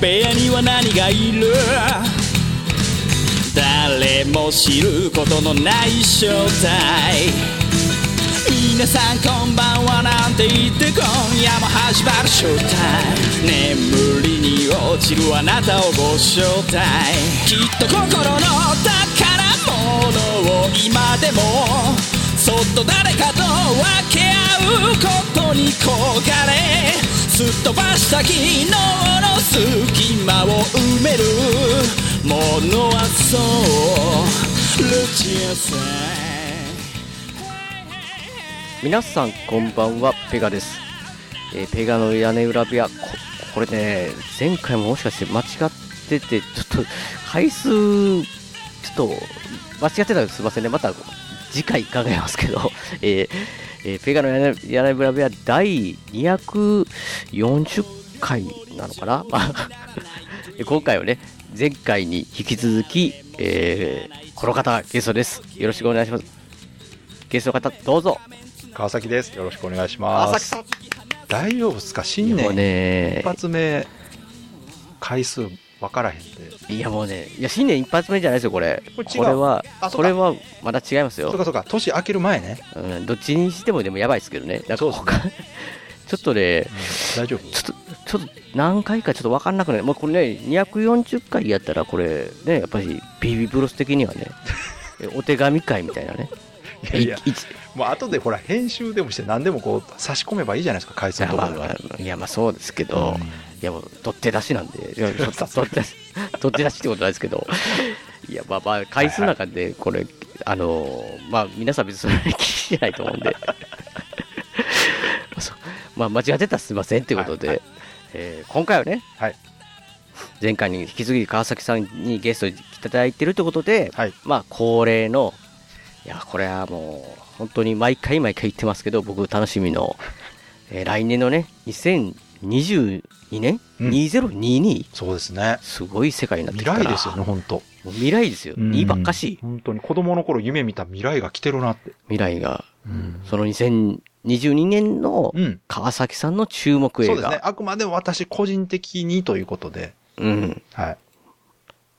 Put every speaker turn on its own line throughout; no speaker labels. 部屋には何がいる誰も知ることのない正体皆さんこんばんはなんて言って今夜も始まるショータイム眠りに落ちるあなたをご招待きっと心の宝物を今でもそっと誰かと分け合うことに焦がれすっ飛ばした昨日の隙間を埋めるものはそうルチアさん
皆さんこんばんはペガです、えーペガの屋根裏部屋ここれね前回ももしかして間違っててちょっと回数ちょっと間違ってたらすいませんねまた次回考えますけど、 えーえーペガの屋根屋根裏部屋第240回なのかな まあえ今回はね前回に引き続き、えーこの方ゲストですよろしくお願いしますゲストの方どうぞ
川崎です。よろしくお願いし
川
ま
崎
す
さ。ん
大丈夫ですか新
もう
年
ね
一発目、回数分からへんで。
いやもうねいや新年一発目じゃないですよこれこ
これ違う
れは
あそ
こ
うか
れはまだ違います
そう
よ、
かそうか、年明ける前ね。
うん、どっちにしてもでもやばいですけどねなん
そ
か
うです
他 ちょっとね
大丈夫
ちょっとちょっと何回かちょっと分かんなくないもうこれね240回やったらこれねやっぱり BB ブロス的には ねえお手紙会みたいなね
いやいや
い一
もう後でほら、編集でもして何でもこう、差し込めばいいじゃないですか、回
い
数
や
のとこ
まあ
ろ
ま
は。
あいやまあそうですけど、
うん
いやもう取って出しなん でいやちょっと取って出し取って出しってことないですけど いやまあまあ回数の中でこれ、あのーまあ皆さん別にそれは気にしてないと思 うんでそうまあ間違ってたらすいませんということで、
はい
えー今回はね、
はい
前回に引き続き川崎さんにゲストに来ていただいてるということで、
はい。
まあ恒例のいやこれはもう本当に毎回毎回言ってますけど僕楽しみの、 えー来年のね2022年、
うん
?2022
そうですね。
すごい世界になって
未
きた
来ですよね、本当。
もう未来ですよ2ばっかし
本当に子供の頃夢見た未来が来てるなって。
未来が
うん。
その2022年の
うん。
川崎さんの注目
そ
映
うですね
画。
あくまでも私個人的にということで。
うん
はい。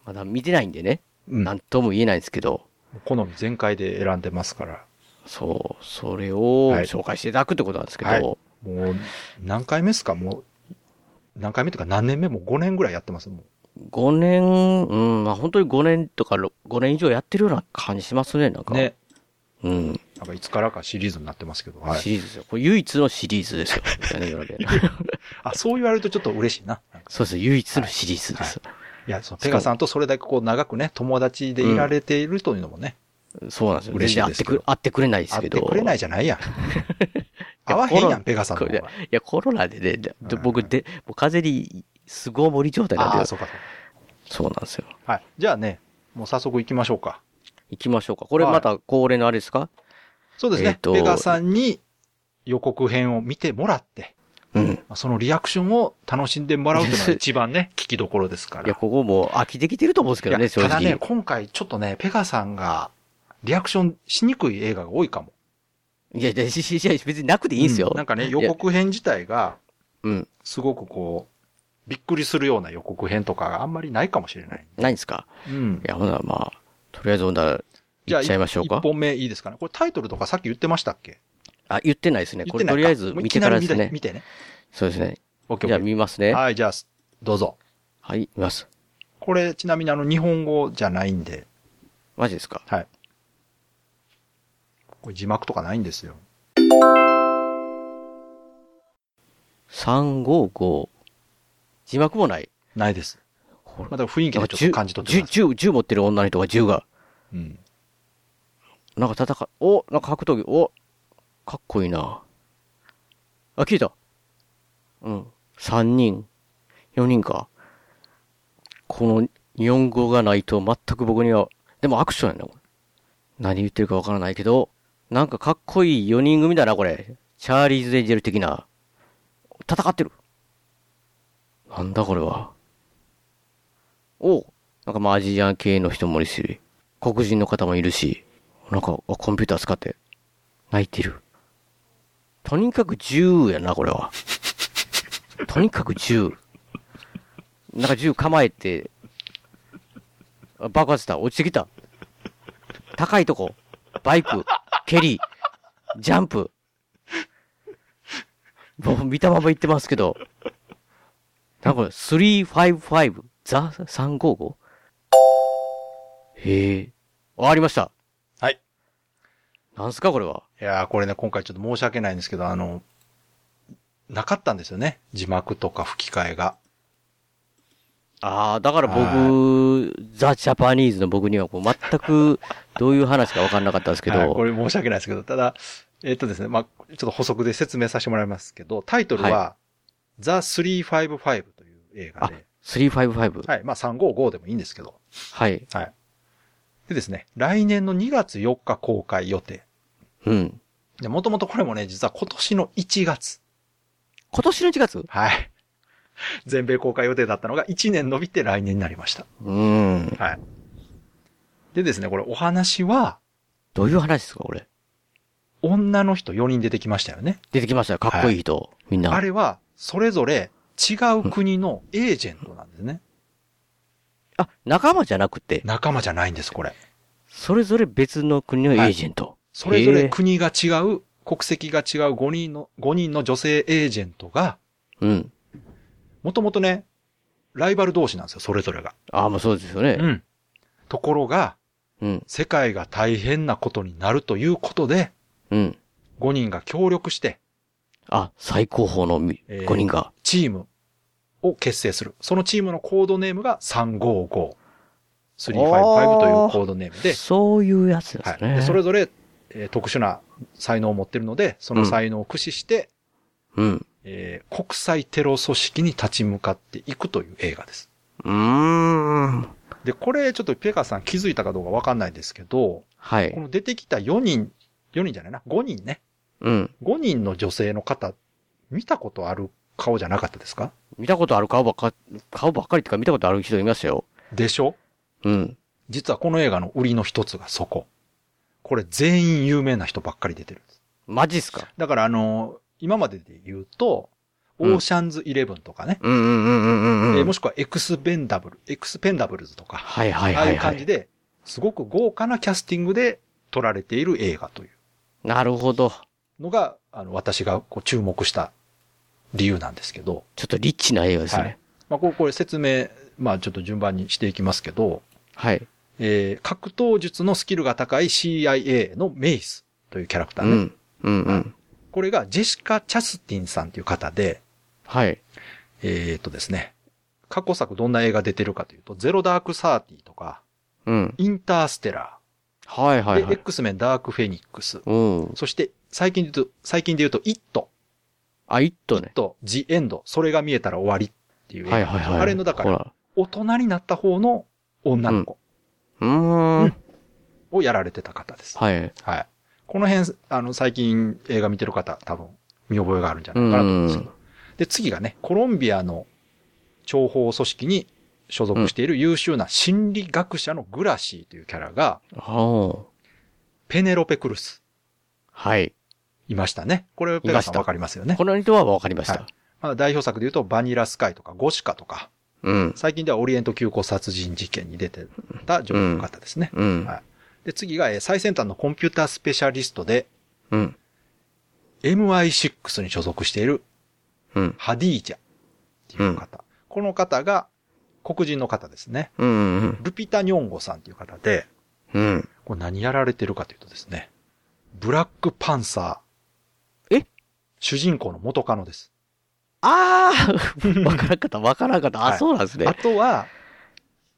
まだ見てないんでね
うん
何とも言えないですけど
好み全開で選んでますから。
そうそれを
はい
紹介していただくってことなんですけど、
はいもう、何回目ですかもう、何回目というか何年目もう5年ぐらいやってますも
5年、うん、まあ本当に5年とかろ5年以上やってるような感じしますね、なん
う。
か。。うん。
なんかいつからかシリーズになってますけど。はい。
シリーズですよ。これ唯一のシリーズですよ。屋根裏部屋 の
あ、そう言われるとちょっと嬉しいな。なんか
そうです。唯一のシリーズです。
いや、そう、ペガさんとそれだけこう長くね、友達でいられているというのもね、
そうなんですよ。
嬉しい
全然会っ
です
て
けど
くれ、会ってくれないです
会
け
っ
ど。
てくれない
じ
じゃないやん。 会わへんやん、ペガさんの方
い
が。
や、コロナでね、で
うん
僕で、もう風邪に巣ごもり状態なん
ああ、
で、
そうかそ
そ
う
うなんですよ。
か。はい。じゃあね、もう早速行きましょうか。
行きましょうか。これ
はい
また恒例のあれですか
そうです
えっ
ね。
と
ペガさんに予告編を見てもらって、
うん。
まあそのリアクションを楽しんでもらうというのが一番 ね、聞きどころですから。
いや、ここもう飽きてきてると思うんですけど
い
ね、
や
正直。
ただね、今回ちょっとね、ペガさんがリアクションしにくい映画が多いかも。
いや、いや、ししいや別になくていいんですよ
う。なんかね、予告編自体が、
うん。
すごくこう、びっくりするような予告編とかがあんまりないかもしれない。
ないんですか
うん
い。や、ほな、まあ、とりあえず、ほな、行っちゃいましょう
1
か。
本目いいですかね。これタイトルとかさっき言ってましたっけ
あ、言ってないですね。
言
こ
って
れ、
ないか
とりあえず
もう
見てから
い
で
き
す
なり
ね。
見て見てね。
そうですね。
オッケー
じゃあ、
オッケ
見ます
ー。
ね。
はい、じゃあ、どうぞ。
はい、見ます。
これ、ちなみにあの、日本語じゃないんで、
マジですか
はい。これ字幕とかないんですよ。
?355。字幕もない。
ないです。
ほ
まあ、だから雰囲気
な
で
んか
ちょっと感じ取ってください。
銃、銃銃持ってる女の人が銃が、
うん。
なんか戦う、お、なんか格闘技、お、かっこいいな。あ、聞いた。うん。3人、4人か。この4号がないと全く僕には、でもアクションやね、これ。何言ってるかわからないけど、なんかかっこいい4人組だな、これ。チャーリーズ・エンジェル的な。戦ってる。なんだこれは。おうなんかまあアジア系の人もいるし、黒人の方もいるし、なんかあコンピューター使って泣いてる。とにかく銃やな、これは。とにかく銃。なんか銃構えて、あ爆発した。落ちてきた。高いとこ。バイク。蹴り。ジャンプ。もう見たまま言ってますけど。なんかこれ、355ザ 355? へえ。あ、ありました。
はい。
なんすか、これは。
いやー、これね、今回ちょっと申し訳ないんですけど、あの、なかったんですよね。字幕とか吹き替えが。
ああ、だから僕、ザ・ジャパニーズの僕にはこう全くどういう話か分かんなかったんですけ
はい、
ど
こ、れ申し訳ないですけど、ただ、えっとですね、まあ、ちょっと補足で説明させてもらいますけど、タイトルは、
は
ザ・355という映画
あ
で、、
355。
はい、まあ、355でもいいんですけど、
はい。
でですね、来年の2月4日公開予定。
うん。
で、もともとこれもね、実は今年の1月。
今年の1月
はい。 全米公開予定だったのが1年伸びて来年になりました。
うん。
はい。でですね、これお話は、
どういう話ですか、これ。
女の人4人出てきましたよね。
出てきましたよ。かっこいい人。みんな。
あれは、それぞれ違う国のエージェントなんですね。
あ、仲間じゃなくて、
仲間じゃないんです、これ。
それぞれ別の国のエージェント。
それぞ
へ
れ
え
国が違う、国籍が違う5人の、5人の女性エージェントが、
うん。
もともとね、ライバル同士なんですよ、それぞれが。
ああ、まあそうですよね。
ん。ところが、
うん。
世界が大変なことになるということで、
うん。
5人が協力して、
あ、最高峰の
えー
5人が。
チームを結成する。そのチームのコードネームが355。355というコードネームで、
そういうやつで
は
す
い。
ね。
でそれぞれ、えー特殊な才能を持ってるので、その才能を駆使して、
うん。
えー国際テロ組織に立ち向かっていくという映画です。
うーん。
で、これちょっとペカさん気づいたかどうかわかんないですけど、
は
こ
い。
の出てきた4人、4人じゃないな、5人ね。
うん。
5人の女性の方、見たことある顔じゃなかったですか
見たことある顔ばっか、顔ばっかりっていうか見たことある人いますよ。
でしょ
うん。
実はこの映画の売りの一つがそこ。これ全員有名な人ばっかり出てるんです。
マジっすか
だからあのー今までで言うと、オ
うん
ーシャンズイレブンとかね、
うんうんうんうん
え
う
ー
ん。
もしくはエクスペンダブル、エクスペンダブルズとか、
はいはい
ああ
はいいうは
感じ
い。
で、すごく豪華なキャスティングで撮られている映画という
なるほど。
のが、あの、私がこう注目した理由なんですけど、
ちょっとリッチな映画ですね。
まあ、こうこれ説明、まあ、ちょっと順番にしていきますけど、
はい。
えー格闘術のスキルが高い CIA のメイスというキャラクタ
う
ーね。
ん。うんうん。
これがジェシカ・チャスティンさんという方で、
はい。
えー、っとですね、過去作どんな映画出てるかというと、ゼロダークサーティとか、
うん。
インターステラ
はい
ー、
はいは
で、
い。
X メンダークフェニックス、
うん。
そして最近で言うと、最近で言うと、イット
あ、イットね。
と、ジ・エンド、それが見えたら終わりっていう映画。
はいはいはい。
あれの、だか
ほ
ら、
ら。
大人になった方の女の子
うー
うんん。をやられてた方です。
はい。
はい。この辺、あの、最近映画見てる方、多分、見覚えがあるんじゃないかなと思うんですけど。で、次がね、コロンビアの諜報組織に所属している優秀な心理学者のグラシーというキャラが、
は
ペネロペ・クルス、
はい。
いましたね。これ、ペガさんわかりますよね。
この人はわかりまし
は
た。
まあ、代表作で言うと、バニラスカイとか、ゴシカとか、
うん。
最近ではオリエント急行殺人事件に出てた女優の方ですね。
うん
は。いで、次がえー最先端のコンピュータースペシャリストで、
うん。
MI6 に所属している
うん。
ハディージャっていう方。この方が黒人の方ですね。
うん。うん
ルピタ・ニョンゴさんっていう方で、
うん。
これ何やられてるかというとですね、ブラックパンサー。
え
主人公の元カノです。
ああ わからんかった、わからんかった。
は
あ、
い
そうなんですね
あ。とは、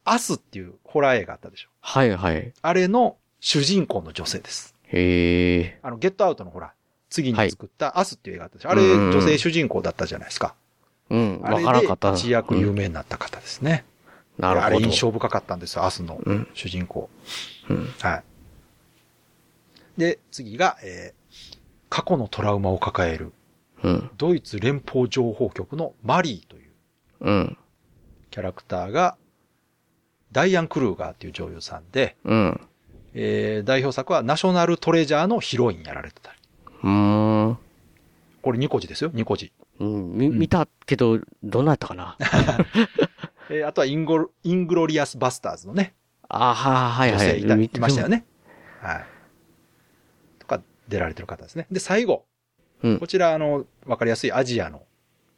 アスっていうホラー映画あったでしょ。
はいはい。
あれの主人公の女性です。
へえ。
あの、ゲットアウトのほら、次に作ったアスっていう映画あったでしょ。
うん
あれ、
うんうん
女性主人公だったじゃないですか。
うん。
あ
わ
れ
からんかった
で
な。
一躍有
うん
名になった方ですね。
なる
あ
ほ
れ
ど。
印象深かったんですよ、アスの
うん
主人公。
うん。
はい。で、次が、えー過去のトラウマを抱える、
うん。
ドイツ連邦情報局のマリーという
うん。
キャラクターが、ダイアン・クルーガーっていう女優さんで、
うん。
えー代表作はナショナルトレジャーのヒロインやられてたり。
うーん。こ
これニコジですよ、ニコジ。
うん、み、
うん
見たけど、どんなんやったかな。
えーあとはインゴロ、イングロリアスバスターズのね、
あははい
女
は
性
い。
いた、
見
い
て
ましたよね。はい。とか、出られてる方ですね。で、最後。
うん
こちら、あの、わかりやすいアジアの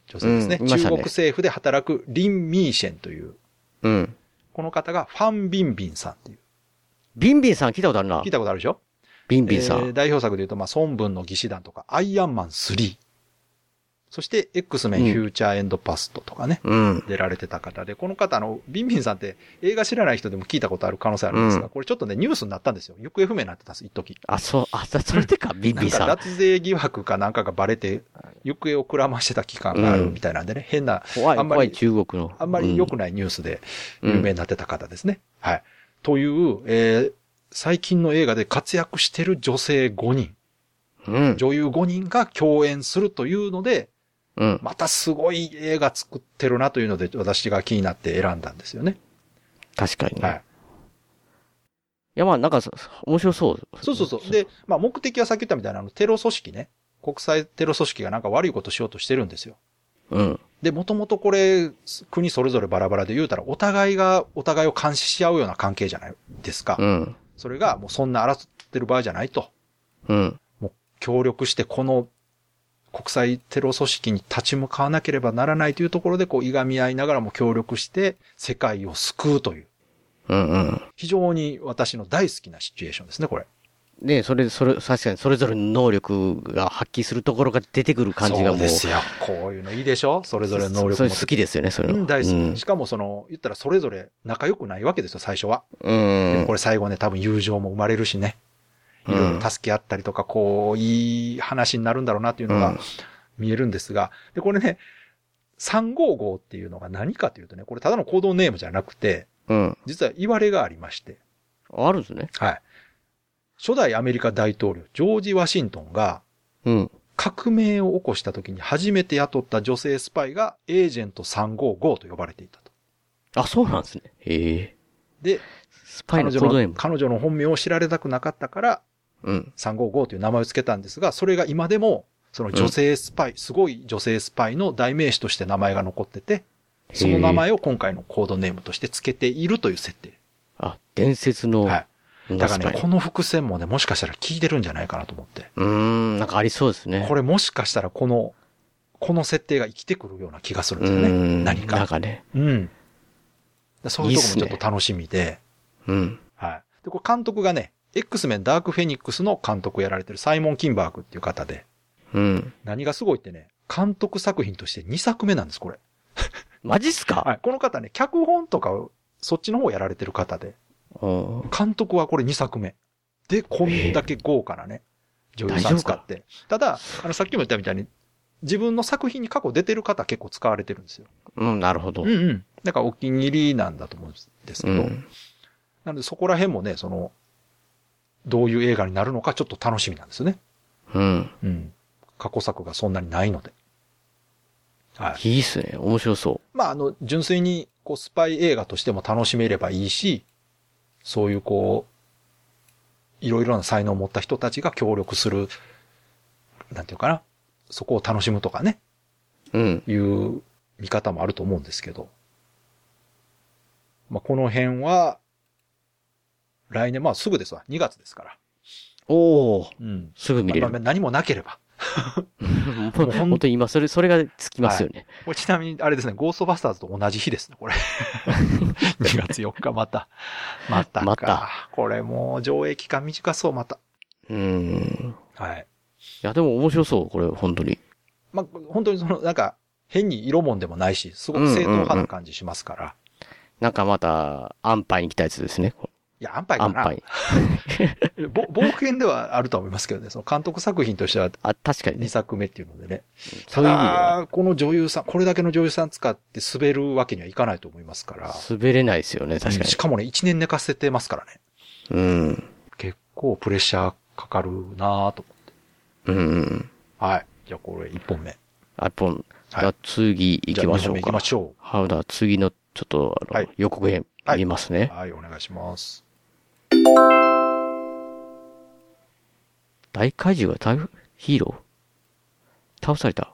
女性ですね。
うんいました
中
ね
国政府で働くリン・ミーシェンという、
うん。
この方がファン・ビンビンさんっていう。
ビンビンさん聞いたことあるな
聞い。たことあるでしょ
ビンビンさ
えー
ん。
代表作で言うと、まあ、孫文の義士団とか、アイアンマン3。そして、X メン、
うん
フューチャーエンドパストとかね。
うん。
出られてた方で、この方、あの、ビンビンさんって映画知らない人でも聞いたことある可能性あるんですが、
うん
これちょっとね、ニュースになったんですよ。行方不明になってたんです、一時
あ、そう、あ、そ それでか、ビン
な
ビ
ん
ン
か
さん。
脱税疑惑かなんかがバレて、行方をくらましてた期間があるみたいなんでね、変な、
怖い、
あんま
怖い
り
中国の。
あんまり良く
な
ないニュースで
うん
有名になってた方ですね。はい。という、えー最近の映画で活躍してる女性5人、
い。うん。
女優5人が共演するというので、
うん。
またすごい映画作ってるなというので、私が気になって選んだんですよね。
確かに
は
ねい
い。。
や、まあ、なんか、そ面白そう。
そうそうそう。で、まあ目的はさっき言ったみたいな、あの、テロ組織ね。国際テロ組織がなんか悪いことしようとしてるんですよ。
うん。
で、もともとこれ、国それぞれバラバラで言うたら、お互いが、お互いを監視し合うような関係じゃないですか。
うん。
それが、もうそんな争ってる場合じゃないと。
うん。
協力して、この、国際テロ組織に立ち向かわなければならないというところで、こう、いがみ合いながらも協力して、世界を救うという、
うん。うん。
非常に私の大好きなシチュエーションですね、これ。
で、それ、それ、確かに、それぞれの能力が発揮するところが出てくる感じがもう。
そうですよ。こういうのいいでしょそれぞれの能力
そ
持
れ
って
好きですよね、それ
う
は。
ん、大好き。
うん
しかもその、言ったらそれぞれ仲良くないわけですよ、最初は。
うん。
これ最後ね、多分友情も生まれるしね。い
うん
ろいろ助け合ったりとか、こう、いい話になるんだろうなっていうの
う
が
ん
見えるんですが、で、これね、355っていうのが何かというとね、これただの行動ネームじゃなくて、
うん。
実は言われがありまして、
あるんですね。
はい。初代アメリカ大統領、ジョージ・ワシントンが、
うん。
革命を起こした時に初めて雇った女性スパイがエージェント355と呼ばれていたと。
あ、そうなんですね。へえ。
で、
スパイ
彼
の
女
コードネー
の
ム。
彼女の本名を知られたくなかったから、
うん。
355という名前を付けたんですが、それが今でも、その女性スパイ、すごい女性スパイの代名詞として名前が残ってて、その名前を今回のコードネームとして付けているという設定。
あ、伝説の。
はい。だから
確
ね、
に
この伏線もね、もしかしたら効いてるんじゃないかなと思って。
うーん、なんかありそうですね。
これもしかしたらこの、この設定が生きてくるような気がするんですよ
うー
ね。
ん。
何
なん
か。
かね。
うん。だそういうとこも
いいっす
ちょ
ね
っと楽しみで。
うん。
はい。で、これ監督がね、X メンダークフェニックスの監督をやられてるサイモン・キンバーグっていう方で、
うん。
何がすごいってね、監督作品として2作目なんです、これ。
マジっすか
はい。この方ね、脚本とかを、そっちの方をやられてる方で、
うん。
監督はこれ2作目。で、こんだけ豪華なね、女優さん使って。ただ、あの、さっきも言ったみたいに、自分の作品に過去出てる方結構使われてるんですよ。
うん、なるほど
うん。うん。だからお気に入りなんだと思うんです
う
けど、
ん。
なのでそこら辺もね、その、どういう映画になるのかちょっと楽しみなんですよね。
うん。
うん。過去作がそんなにないので。はい。
いいっすね。面白そ
まあ、あの、純粋に、こう、スパイ映画としても楽しめればいいし、そういう、こう、いろいろな才能を持った人たちが協力する、なんていうかな、そこを楽しむとかね、
う。うん。
いう見方もあると思うんですけど。まあ、この辺は、来年、まあ、すぐですわ。2月ですから。
おお
うん。
すぐ見れ
まあ
る。
何もなければ。
ほん
ほん
本当に今、それ、それがつきますよね。
これちなみに、あれですね、ゴーストバスターズと同じ日ですね、これ。2月4日、また。またか。
また
これもう上映期間短そう、また。
うん。
はい。
いや、でも面白そう、これ、本当に。
まあ、本当にその、なんか、変に色もんでもないし、すご
うん
く
うんうん
正当派な感じしますから。
なんかまた、安牌に来たやつですね。
いや、安牌か
安
な。
牌。
ぼ冒険ではあるとは思いますけどね、その監督作品としては
あ、確かに
2
ね。
作目っていうのでね。
そ
た
ういう意味では、
だ、この女優さん、これだけの女優さん使って滑るわけにはいかないと思いますから。
滑れないですよね、確か
うんしかもね、1年寝かせてますからね。
に。うん。
結構プレッシャーかかるなぁと。
うんうん。
はい。じゃあこれ1本目。
あ、ポン。
はい
じゃあ次行
じ
き
ゃあ
ま
二
し
本
ょう
目行き
か
ま。しょ
はい、だから次の、ちょっと、あの、
はい
予告編、
はい
見ますね
う。。はい、お願いします。
大怪獣が台風ヒーロー倒された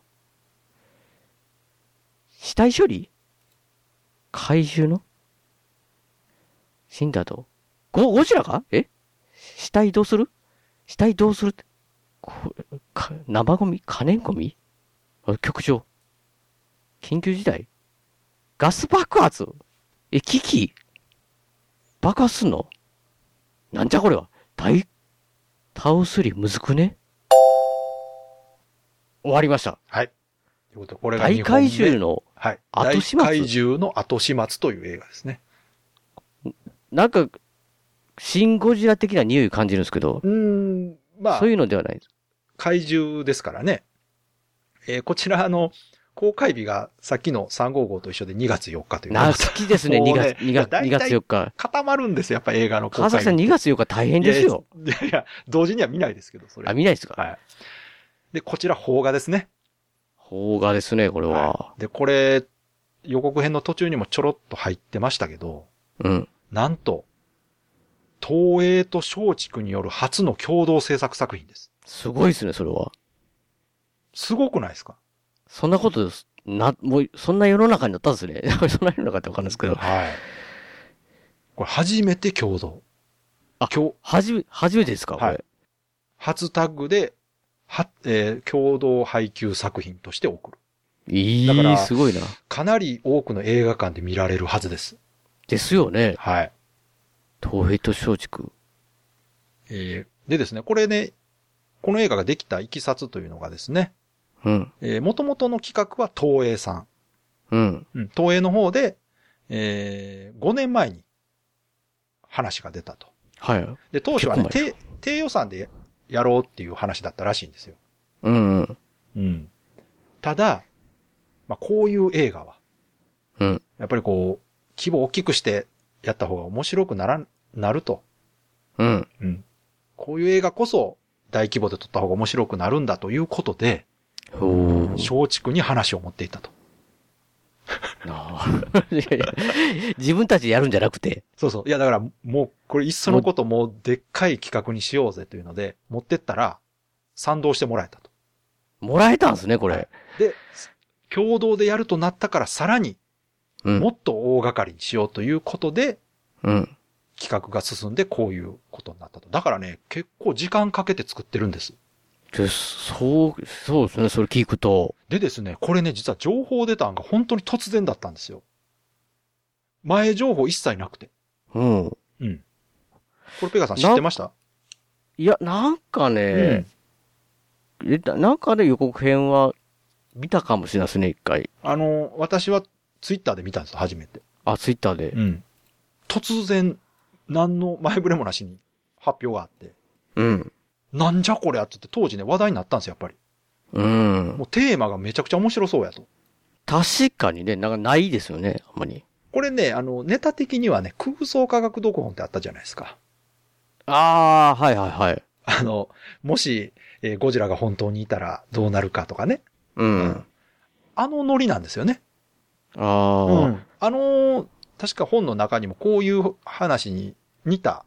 死体処理怪獣の死んだとゴ、ゴジラかえ死体どうする死体どうするってこれか、生ゴミ可燃ゴミあ局長。緊急事態ガス爆発え、危機爆発すんのなんじゃこれは大、倒すりむずくね終わりました。
はい。ということでこれが
大
2本目
怪獣の、
はい。
後始末
大怪獣の後始末という映画ですね。
なんか、シンゴジラ的な匂い感じるんですけど、
うん。まあ
そう、いうのではないです。
怪獣ですからね。えーこちら、あの、公開日がさっきの355と一緒で2月4日ということ
な、
で
好きですね、
も
2
うね
月、2月、
大体
2月4日。
固まるんですよ、やっぱ映画の公
川
開日。
崎さん2月4日大変ですよ。
いやいやいや、同時には見ないですけど、それ
あ、。見ないですか
はい。で、こちら、邦画ですね。
邦画ですね、これは
は。いで、これ、予告編の途中にもちょろっと入ってましたけど、
うん。
なんと、東映と松竹による初の共同制作作品です。
すごいですね、それは。
すごくないですか
そんなことです。な、もう、そんな世の中になったんですね。 そんな世の中ってわかんないですけど。
はい。これ、初めて共同。
あ
共
はじめ、初めてですかこれ。
はい初タッグで、は、えー共同配給作品として送る。
い
だか
い、
ら
すごいな。
かなり多くの映画館で見られるはずです。
ですよね。
はい。
東平と松竹。
えーでですね、これね、この映画ができたいきさつというのがですね、
うん。
えー、元々の企画は東映さん。
うん。
うん、東映の方で、えー5年前に話が出たと。
はい。
で、当初はね、
結構前
低、低予算でやろうっていう話だったらしいんですよ。
うんうん。
うん。ただ、まあ、こういう映画は、
うん。
やっぱりこう、規模を大きくしてやった方が面白くなら、なると。
うん。
うん。こういう映画こそ大規模で撮った方が面白くなるんだということで、
おー。
松竹に話を持っていったと。
なあ いやいや自分たちでやるんじゃなくて。
そうそう。いや、だから、もう、これ、いっそのこと、もう、でっかい企画にしようぜというので、持ってったら、賛同してもらえたと。
もらえたんですね、これ。
で、共同でやるとなったから、さらに、
う
も
ん。
っと大掛かりにしようということで、
うん。
企画が進んで、こういうことになったと。だからね、結構時間かけて作ってるんです。
でそう、そうですね、それ聞くと。
でですね、これね、実は情報出たんが本当に突然だったんですよ。前情報一切なくて。
うん。
うん。これ、ペガさん知ってました
いや、なんかね、えななんかね、予告編は見たかもしれないですね、一回。
あの、私は、ツイッターで見たんですよ、初めて。
あ、ツイッターで。
うん。突然、何の前触れもなしに発表があって、
うん。
なんじゃこりゃって言って当時ね、話題になったんですよ、やっぱり。
うん。
もうテーマがめちゃくちゃ面白そうやと。
確かにね、なんかないですよね、あんまり。
これね、あの、ネタ的にはね、空想科学読本ってあったじゃないですか。
ああ、はいはいはい。
あの、もし、えーゴジラが本当にいたらどうなるかとかね。
うん。
あのノリなんですよね。
ああ、
うんあのー確か本の中にもこういう話に似た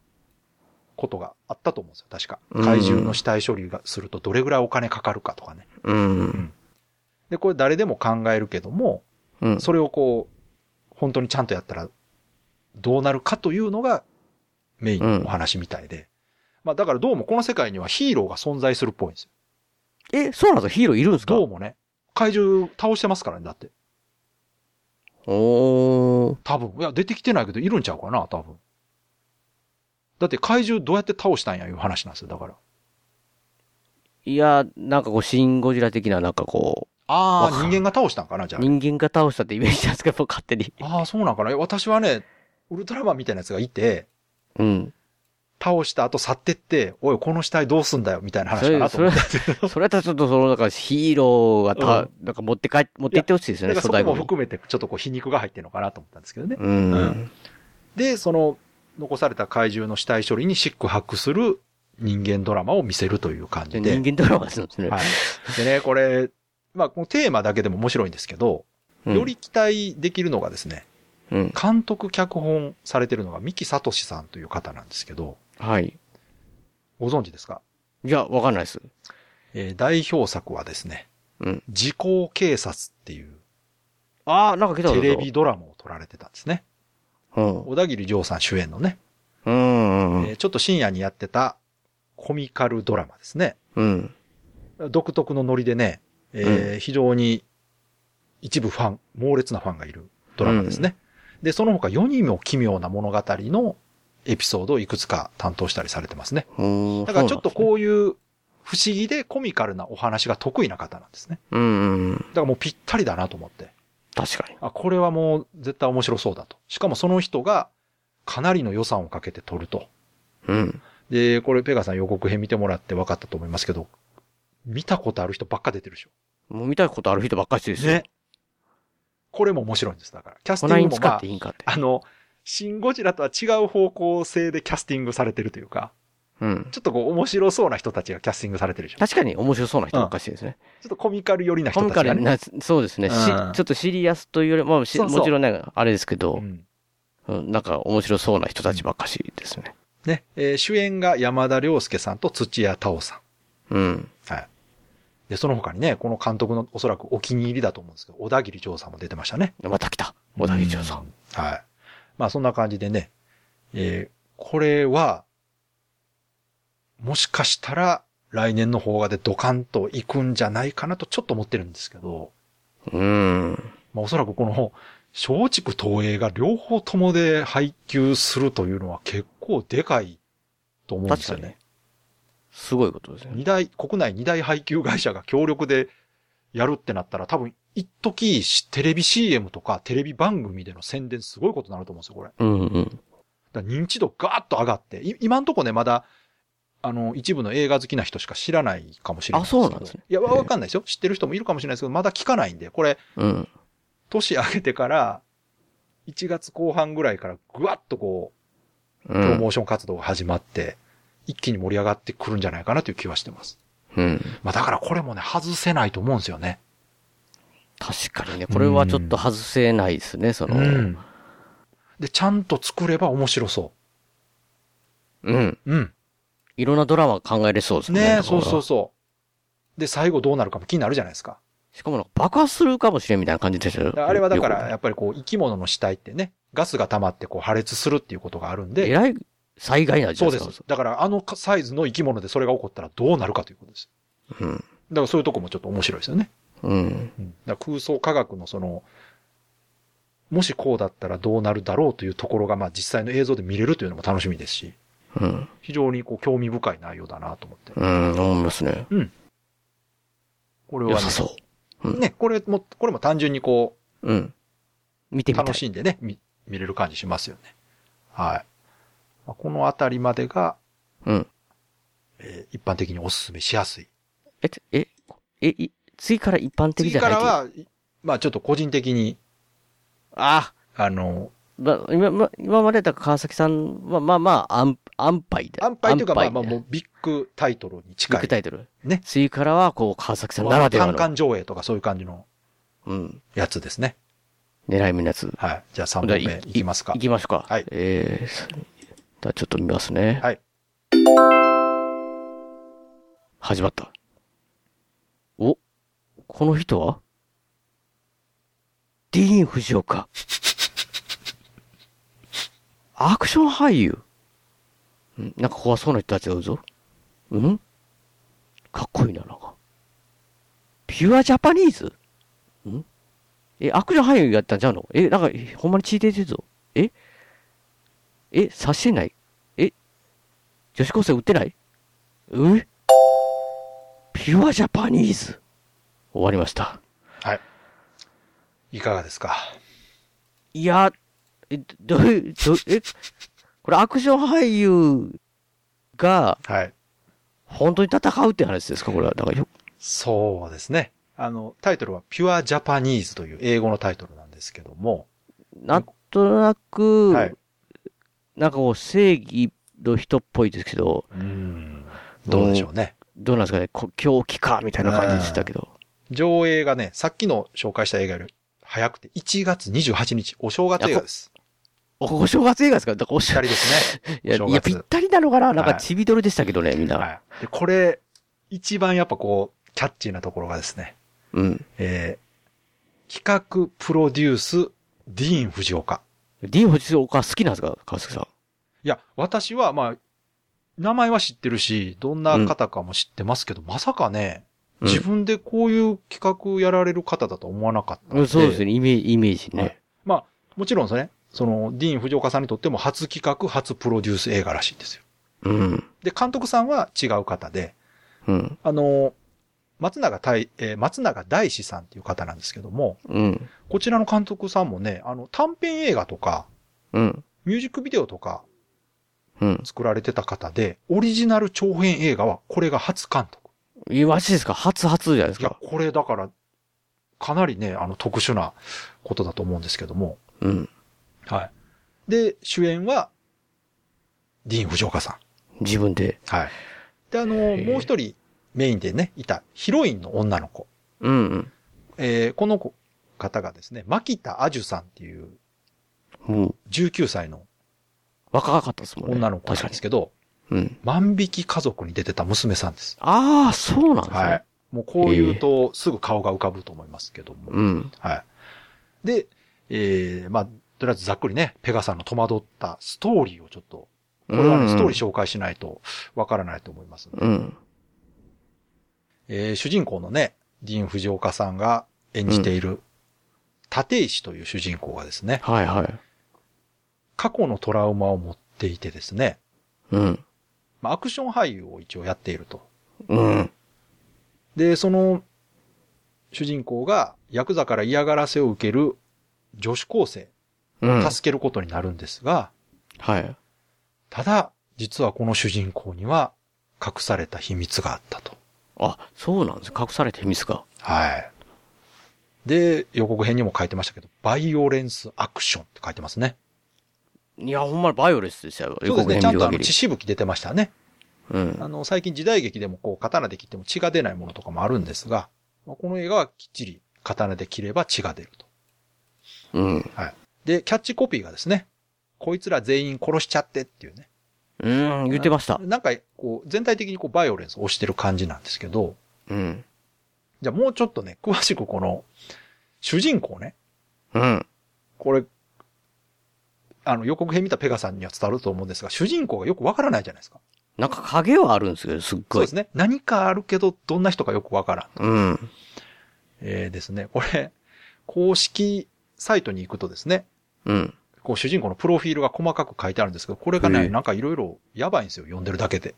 ことがあったと思うんですよ、確か。怪獣の死体処理がするとどれぐらいお金かかるかとかね。
うん。
で、これ誰でも考えるけども、
うん。
それをこう、本当にちゃんとやったらどうなるかというのがメインのお話みたいで。まあだからどうもこの世界にはヒーローが存在するっぽいんですよ。
え、そうなんですかヒーローいるんですか
どうもね。怪獣倒してますからね、だって。
おー。
多分。いや、出てきてないけどいるんちゃうかな、多分。だって怪獣どうやって倒したんやいう話なんですよ、だから。
いや、なんかこう、シン・ゴジラ的な、なんかこ
あ
わ
あ、
かん
人間が倒したんかな、じ
う、
ゃ
人間が倒したってイメージなんですけど、勝手に。
あ。ああ、そうなんかな。いや私はね、ウルトラマンみたいなやつがいて、
うん。
倒した後去ってって、おい、この死体どうすんだよ、みたいな
そ
話か
れ、
なと
そ
思
れ
って。、
それだ とちょっとその、なんかヒーローがた、
う
なんか持って帰っ、持って行ってほしいですよ
だか
ね、
ら
粗大
そこ
ゴ
も
ミ。
含めて、ちょっとこう皮肉が入ってるのかなと思ったんですけどね。
うん。
うんで、その、残された怪獣の死体処理にシックハクする人間ドラマを見せるという感
で
じで。
人間ドラマするんですね。
はい。でね、これ、まあ、このテーマだけでも面白いんですけど、
うん
より、期待できるのがですね、
うん。
監督脚本されてるのが三木聡さんという方なんですけど、
はい。
ご存知ですか
いや、わかんないです。
えー代表作はですね、
うん。
時効警察っていう
ああ、なんか来たぞ
テレビ。ドラマを撮られてたんですね。
うん。
小田切丈さん主演のね、
うんうんう
え
ん。
ーちょっと深夜にやってたコミカルドラマですね。
うん。
独特のノリでね、えー非常に一部ファン、猛烈なファンがいるドラマですね。で、その他4人も奇妙な物語のエピソードをいくつか担当したりされてますね。
うん
だからちょっとこういう不思議でコミカルなお話が得意な方なんですね。
う。うんうんうん。
だからもうぴったりだなと思って。
確かに。
あ、これはもう絶対面白そうだと。しかもその人がかなりの予算をかけて撮ると。
うん。
で、これペガさん予告編見てもらって分かったと思いますけど、見たことある人ばっか出てるでしょ。
もう見たことある人ばっかりですよ。
ね。これも面白いんです。だから。キャステ
こない
ィ
に
ングも、
使
ま
っ
あ
てい、いんかって。
あの、シン・ゴジラとは違う方向性でキャスティングされてるというか、
うん。
ちょっとこう面白そうな人たちがキャスティングされてるでしょ。ちょ
確かに面白そうな人ばっかりですね。
っとコミカル寄りな人
コ
た
ミ
ち
カ
が、
ル
ね。
な、そうですね。し
うん
ちょっとシリアスというよりも、まあし
そうそう
もちろんね、あれですけ
う
ど、
ん
うんなんか面白そうな人たちばっかしですね。
ね、えー主演が山田涼介さんと土屋太鳳さん。
うん。
はい。で、その他にね、この監督のおそらくお気に入りだと思うんですけど、小田切丈さんも出てましたね。
また来た。小田切長さん。
はい。まあそんな感じでね、えーこれは、もしかしたら来年の方がでドカンと行くんじゃないかなとちょっと思ってるんですけど、
うん。
まあおそらくこの松竹東映が両方ともで配給するというのは結構でかいと思うんで
確
す
か
よ
に
ね。。
すごいことですね。
二大、国内二大配給会社が協力でやるってなったら多分一時テレビ CM とかテレビ番組での宣伝すごいことになると思うんですよ、これ。
うんうん。
だから認知度ガーッと上がって、い今んとこね、まだ、あの、一部の映画好きな人しか知らないかもしれない
あそうなんですね
いや、わ
ええ
わかんないですよ。知ってる人もいるかもしれないですけど、まだ聞かないんで、これ、
うん。
年上げてから、1月後半ぐらいからぐわっとこう、
う
プロモ
ん。
ーション活動が始まって、一気に盛り上がってくるんじゃないかなという気はしてます。
うん。
まあだからこれもね、外せないと思うんですよね。
確かにね、これはちょっと外せないですね、その。
うん。で、ちゃんと作れば面白そ
うん。
う。うん。
いろんなドラマ考えれそうですね。
ね
だか
そ
ら
うそうそう。で、最後どうなるかも気になるじゃないですか。
しかもなんか爆発するかもしれんみたいな感じでし
だか
ょ
らあれはだから、やっぱりこう、生き物の死体ってね、ガスが溜まってこう破裂するっていうことがあるん
え
で、
らい災害なんじゃ
そう
ない
で
ですか。
す。だから、あのサイズの生き物でそれが起こったらどうなるかということです。
うん。
だからそういうとこもちょっと面白いですよね。
うん。
うん、だから空想科学のその、もしこうだったらどうなるだろうというところが、まあ実際の映像で見れるというのも楽しみですし、
うん。
非常にこう、興味深い内容だなと思って。
うん、思いますね。
これは
良
ね
さ、そ
ね、これも、これも単純にこ
う。うん。見て
う、
みたい。
楽しんでね、見、見れる感じしますよね。はい。まあ、このあたりまでが、
うん。
えー一般的におすすめしやすい。
え、つえ、え、い次から一般的
次
じゃな
か
い
らは、いまあちょっと個人的に、
あ
あの、
ま今ま、今までだから川崎さんは、まあまあ、安、安牌で。
安牌というか、まあまあ
ね
もうビッグタイトルに
ビッ
近
グ
い。
タイトル。
ね
次からは、こう、川崎さんならでは
単
の。
館上映とかそういう感じの
うん。
やつですね。
狙い目のやつ。
はい。じゃあ3本
じゃあ
目いきますか
い。きましょうか。
はい
えーす、じゃあちょっと見ますね。
はい
始まった。お、この人はディーン・フジオカ。アクション俳優。んなんか怖そうな人たちがいるぞ。うんかっこいいな、なんか。ピュアジャパニーズんえ、アクション俳優やったんちゃうのえ、なんか、えほんまに血出てるぞ。ええ、刺してないえ女子高生売ってないえピュアジャパニーズ。終わりました。
はい。いかがですか
いや、え、どういう、どうえ、これアクション俳優が
はい。
本当に戦うって話ですかこれは。だからよ、
そうですね。あの、タイトルは Pure Japanese という英語のタイトルなんですけども、
なんとなく、
はい。
なんかこう正義の人っぽいですけど、
うん。どうでしょうね。
どうなんですかねこ狂気かみたいな感じでしたけど。
上映がね、さっきの紹介した映画より早くて1月28日、お正月映画です。
おお正月映画ですかだからおし
ぴっ
ゃ
た
れ
りですね。
いや、
お正
い
月
やぴったりなのかななんか
はい
ちびどれでしたけどね、 みんな。
はい。で、これ、一番やっぱこう、キャッチーなところがですね、
うん。
えー、企画、プロデュース、ディーン・フジオカ。
ディーン・フジオカ好きなんですか川崎さん。
いや、私は、まあ、名前は知ってるし、どんな方かも知ってますけど、まさかね、
うん
自分でこういう企画やられる方だとは思わなかったん
うんそうですね。イメージ、イメージ
はい
ね。
まあ、もちろんですね、その、ディーン・藤岡さんにとっても初企画、初プロデュース映画らしいんですよ。
うん。
で、監督さんは違う方で、
うん。
あの、松永大、えー松永大志さんっていう方なんですけども、
うん。
こちらの監督さんもね、あの、短編映画とか、
うん。
ミュージックビデオとか
うん。
作られてた方で、オリジナル長編映画はこれが初監督。
え、マジですか初初じゃないです
いや
か、
これだから、かなりね、あの、特殊なことだと思うんですけども。
うん。
はい。で、主演は、ディーン・藤岡さん。
自分で。
はい。で、あの、
へえ
もう一人メインでね、いたヒロインの女の子。
うんうん。
えーこの子方がですね、牧田アジュさんっていう
もう、
19歳の
若かったですもんね。
女の子なん
確か
で
に
す。けど、
うん。
万引き家族に出てた娘さんです。
ああ、そうなんですね。
はい。もうこう言うとすぐ顔が浮かぶと思いますけども。
うん。
はい。で、えー、まあ、とりあえずざっくりね、ペガさんの戸惑ったストーリーをちょっと、これはね、ストーリー紹介しないとわからないと思います。
うん。
えー主人公のね、ディーン・藤岡さんが演じている、立石という主人公がですね、
はいはい。
過去のトラウマを持っていてですね、
うん。
まあ、アクション俳優を一応やっていると。
うん。
で、その、主人公がヤクザから嫌がらせを受ける女子高生、
うん。
助けることになるんですが、
はい。
ただ、実はこの主人公には隠された秘密があったと。
あ、そうなんです。隠されてミスが。
はい。で、予告編にも書いてましたけど、バイオレンスアクションって書いてますね。
いや、ほんまにバイオレスでしたよ。
そうですね。
予
ち
告編
ゃんとあ
見
の
る限り
血しぶき出てましたね。
うん。
あの、最近時代劇でもこう、刀で切っても血が出ないものとかもあるんですが、まあこの映画はきっちり刀で切れば血が出ると。
うん。
で、キャッチコピーがですね、こいつら全員殺しちゃってっていうね。
うん、言ってました。
なんか、こう、全体的にこう、バイオレンスを押してる感じなんですけど、
うん。
じゃあもうちょっとね、詳しくこの、主人公ね、
うん。
これ、あの、予告編見たペガさんには伝わると思うんですが、主人公がよくわからないじゃないですか。
なんか影はあるんですけど、すっ
そう
ごい。
ですね。何かあるけど、どんな人かよくわからん。
うん。
えーですね、これ、公式サイトに行くとですね、
うん。
こう主人公のプロフィールが細かく書いてあるんですけど、これが
へえ
ね、なんかいろいろやばいんですよ、読んでるだけで。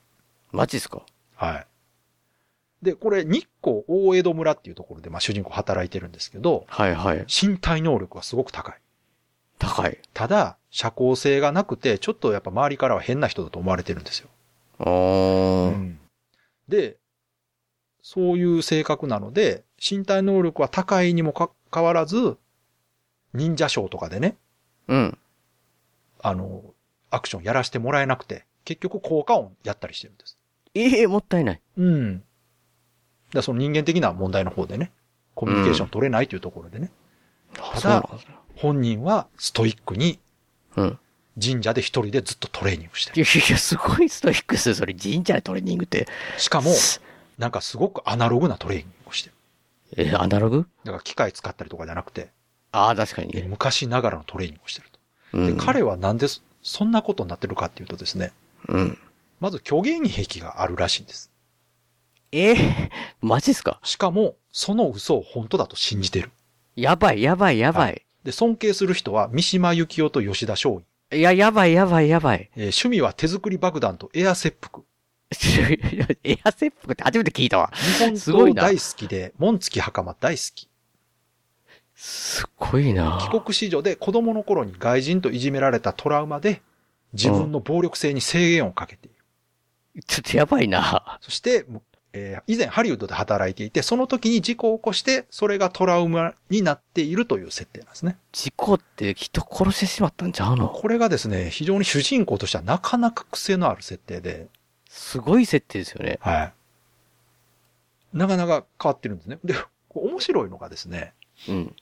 マジですか
はい。で、これ、日光大江戸村っていうところで、まあ主人公働いてるんですけど、
はいはい。
身体能力がすごく高い。
高い。
ただ、社交性がなくて、ちょっとやっぱ周りからは変な人だと思われてるんですよ。
あー。
で、そういう性格なので、身体能力は高いにもかかわらず、忍者ショーとかでね、
うん。
あの、アクションやらせてもらえなくて、結局効果音やったりしてるんです。
ええ、もったいない。
うん。だからその人間的な問題の方でね、コミュニケーション取れないというところでね、
あ
ただ
そうなんですね。
本人はストイックに
うん。
神社で一人でずっとトレーニングして
い
る。
やいや、すごいストイックですよ、それ。神社でトレーニングって。
しかも、なんかすごくアナログなトレーニングをしてる。
え、アナログ
だから機械使ったりとかじゃなくて、
ああ、確かにね。
昔ながらのトレーニングをしてると。
う
で、
ん、
彼はなんでそそんなことになってるかっていうとですね、
うん。
まず虚言癖があるらしいんです。
えー、マジっすか
しかも、その嘘を本当だと信じてる。
やばい、やばい、やば。
はいで、尊敬する人は三島由紀夫と吉田松陰。
いや、やばい、やばい、やばい。
えー趣味は手作り爆弾とエア切腹。
エアセップって初めて聞いたわ。す
日
ご
本
い
刀
な
大好きで、紋付き袴大好き。
すごいな
帰国子女で子供の頃に外人といじめられたトラウマで、自分の暴力性に制限をかけている。
ちょっとやばいな
そして、むえー以前ハリウッドで働いていて、その時に事故を起こして、それがトラウマになっているという設定なんですね。
事故って人殺してしまったんちゃうの
これがですね、非常に主人公としてはなかなか癖のある設定で、
すごい設定ですよね。
はい。なかなか変わってるんですね。で、こう面白いのがですね、
うん。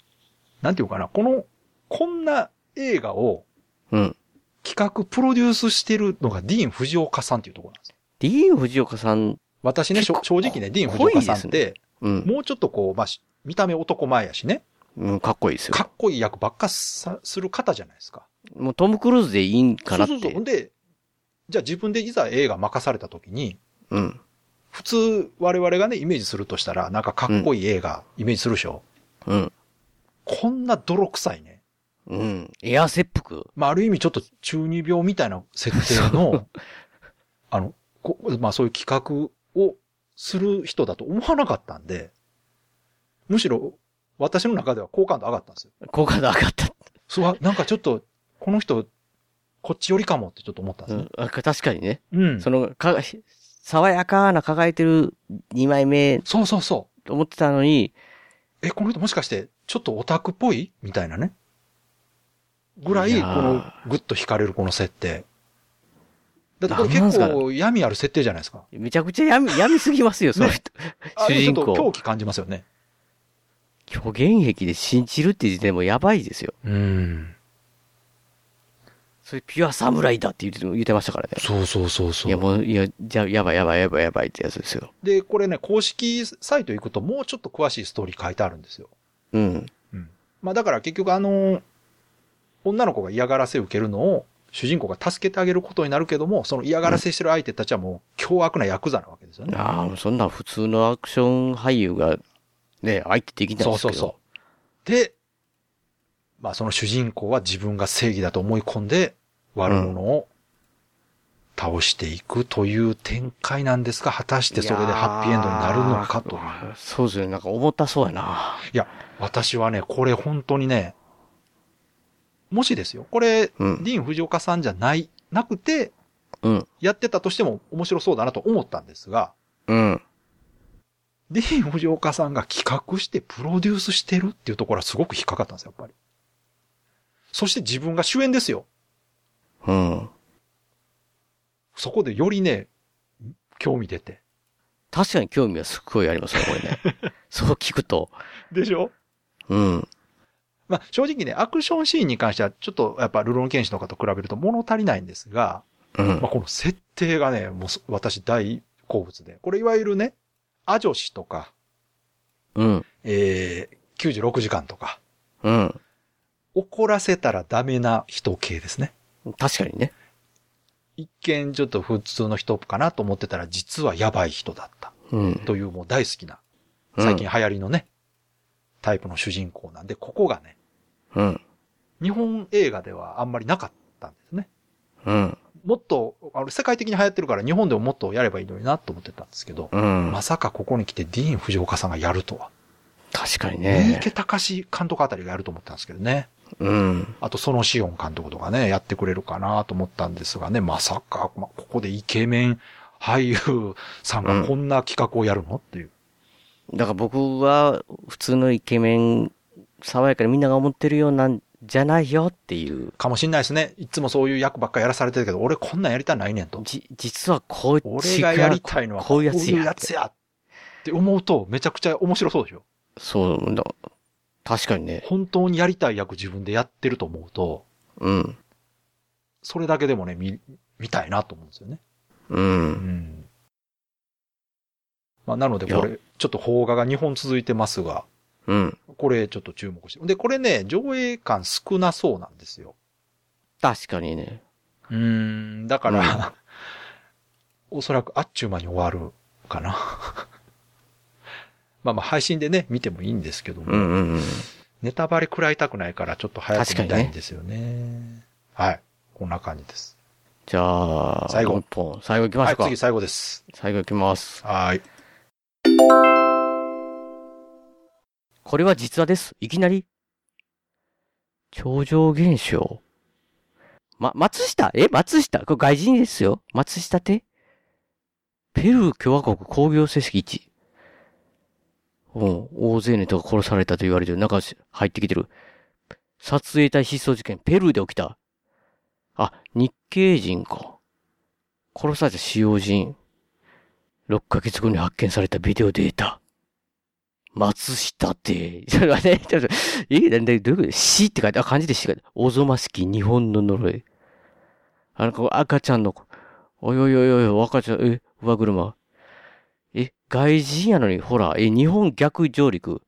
なんていうかな、この、こんな映画を
うん。
企画、プロデュースしてるのがディーン・藤岡さんっていうところなんですよ。
ディーン・藤岡さん、
私ね、しょ
結
正
構
直ね、ディーン・藤岡さんっ
濃いで
て、
うん。
もうちょっとこう、まあ、し見た目男前やしね、
うん、かっこいいですよ。
かっこいい役ばっかさする方じゃないですか。
もうトム・クルーズでいいんかなって。
そうそうそう。で、じゃあ自分でいざ映画任された時に、
うん。
普通我々がね、イメージするとしたら、なんかかっこいい映画、イメージするでしょ、
うん。
こんな泥臭いね。
うん。エア切腹。
まあ、ある意味ちょっと中二病みたいな設定の、あの、こまあそういう企画をする人だと思わなかったんで、むしろ私の中では好感度上がったんですよ。
効果度上がった。
そう、あなんかちょっと、この人、こっち寄りかもってちょっと思ったんで
う
すね。
ん。あ確かにね。
うん。
その、か、爽やかな輝いてる2枚目
そうそうそ
と思ってたのに、
う。え、この人もしかして、ちょっとオタクっぽいみたいなね。ぐらい、
い
こ
や
の
ー、
ぐっと惹かれるこの設定。だってこ
なんな
れ
ん
結
すかね
構闇ある設定じゃないですか。
めちゃくちゃ 闇、闇すぎますよ、その人。
あ
主
れち
人
ょっと狂
公。
気感じますよね。
虚言癖で信じるって時点もやばいですよ。
うん。
それピュア侍だって言って言ってましたからね。
そうそうそう
い
そ
や、
う。
もう、いや、じゃ、やばいやばいやばいやばいってやつですよ。
で、これね、公式サイト行くともうちょっと詳しいストーリー書いてあるんですよ。
うん。
まあだから結局あの、女の子が嫌がらせ受けるのを主人公が助けてあげることになるけども、その嫌がらせしてる相手たちはもう凶悪なヤクザなわけですよね。
ああ、もうそんな普通のアクション俳優が、ね、相手できない
そう
です
そ
けど。
うそう。で、まあその主人公は自分が正義だと思い込んで悪者を倒していくという展開なんですが、果たしてそれでハッピーエンドになるのかという。
やーそうですね。なんか重たそうやな。
私はね、これ本当にね、もしですよ、これ、
うん
ディーン・藤岡さんじゃない、なくて、
うん。
やってたとしても面白そうだなと思ったんですが、
うん。
ディーン・藤岡さんが企画してプロデュースしてるっていうところはすごく引っかかったんですよ、やっぱり。そして自分が主演ですよ。
うん。
そこでよりね、興味出て。
確かに興味はすごいありますね、これね。 そう聞くと。
でしょ
うん。
まあ正直ね、アクションシーンに関してはちょっとやっぱルロン剣士の方と比べると物足りないんですが、
うん
まあ、。この設定がね、もうそ私大好物で。これいわゆるね、アジョシとか、
うん。
えー、96時間とか、
うん。
怒らせたらダメな人系ですね。
確かにね。
一見ちょっと普通の人かなと思ってたら、実はやばい人だった。
うん。
というもう大好きな、
うん
最近流行りのね、タイプの主人公なんで、ここがね、
うん。
日本映画ではあんまりなかったんですね。
うん。
もっと、あの世界的に流行ってるから日本でももっとやればいいのになと思ってたんですけど、
うん
ま。さかここに来てディーン・藤岡さんがやるとは。
確かに
三
ね。
池隆監督あたりがやると思ったんですけどね。
うん。
あと、そのシオン監督とかね、やってくれるかなと思ったんですがね、まさか、まあ、ここでイケメン俳優さんがこんな企画をやるのっていう。
だから僕は普通のイケメン、爽やかにみんなが思ってるようなんじゃないよっていう。
かもしんないですね。いつもそういう役ばっかやらされてるけど、俺こんなんやりたないねんと。
じ、実はこっ
俺
ちが
がやりたいのは
こういうやつ
こういう
や
や。つやって思うと、めちゃくちゃ面白そうでしょ。
そうだ。確かにね。
本当にやりたい役自分でやってると思うと、
うん。
それだけでもね、見、見たいなと思うんですよね。
う。
うんん。まあ、なのでこれ、ちょっと邦画が2本続いてますが、
うん。
これちょっと注目して。で、これね、上映感少なそうなんですよ。
確かにね。
うーん、だから、おそらくあっちゅう間に終わるかな。 まあまあ配信でね、見てもいいんですけども、
うんうんうん。
ネタバレ食らいたくないからちょっと早く見たいんですよね。はい。こんな感じです。
じゃあ、
最後
もう一本。最後行きま
は
し
い
ょう、か。
次最後です。
最後行きます。
はい。
これは実話です。いきなり。超常現象。ま、松下え松下これ外人ですよ。松下ってペルー共和国工業成績1。うん。大勢の人が殺されたと言われてる。なんかし入ってきてる。撮影隊失踪事件。ペルーで起きた。あ、日系人か。殺された使用人。6ヶ月後に発見されたビデオデータ。松下って、 それはね、ちょっと、え、なんで、どういうこと死って書いて、あ、漢字で死って書いて、おぞましき日本の呪い。あの、こう赤ちゃんの、おいおいおいおい、赤ちゃん、え、上車。え、外人やのに、ほら、え、日本逆上陸。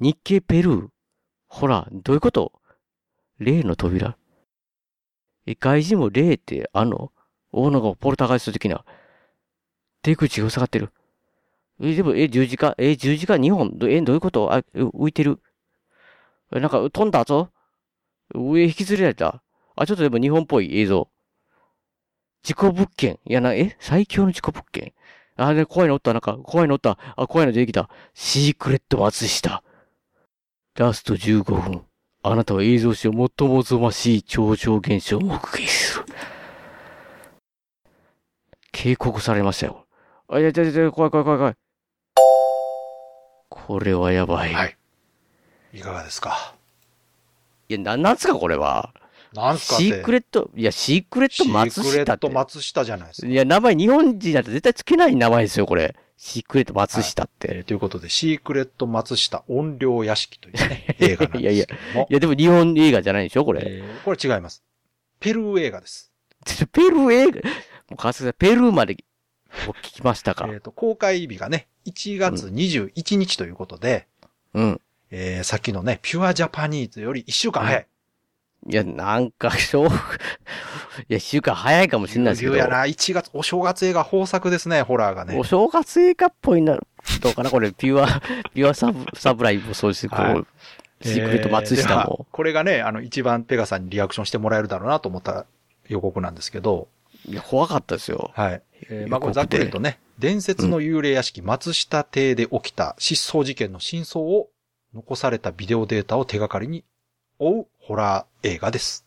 日系ペルーほら、どういうこと例の扉え、外人も霊ってあんの大野がポルターガイスト的な。出口が塞がってる。え、でも、え、十字架え、十字架2本どえ、どういうことあ、え浮いてる。え、なんか飛んだぞ上引きずりられた。あ、ちょっとでも日本っぽい映像。事故物件。いやな、え最強の事故物件。あ、で、怖いのおった。なんか、怖いのおった。あ、怖いの出てきた。シークレット松下。ラスト15分。あなたは映像史を最もおぞましい超常現象を目撃する。警告されましたよ。あ、いや、いやいや、怖い怖い怖い怖い。これはやばい。、
はいい。いかがですか
や、な、なんすかこれは。
なんすかって。
シークレット、いや、シークレット松
シークレ
下っ
ッ
て
ト。松下じゃないですか。
いや、名前、日本人だと絶対つけない名前ですよ、これ。シークレット松下っ
えー
て。
ということで、シークレット松下音量屋敷という、ね、映画なんですけども
い、や、でも日本映画じゃないでしょ、これ。
えーこれ違います。ペルー映画です。
ちょペルー映画、もう川崎さん、ペルーまでもう聞きました
え
か
っ、。と、公開日がね、1月21日ということで、
うん。
えーさっきのね、ピュアジャパニーズより1週間早い。
いや、なんか、そう、いや、一週間早いかもしれないですけ
余裕や
ど、
な、1月、お正月映画豊作ですね、ホラーがね
お。正月映画っぽいな、どうかな、 これ、ピュア、ピュアサブ、サブライブもそうですし、こう、
はい
シークレット松
えーで
下
は
も。
これがね、あの、一番ペガさんにリアクションしてもらえるだろうなと思った予告なんですけど、
いや、怖かったですよ。
はい。えーまあ、こ
予告で
れざっくり言うとね、伝説の幽霊屋敷松下邸で起きた失踪事件の真相を残されたビデオデータを手がかりに追うホラー映画です。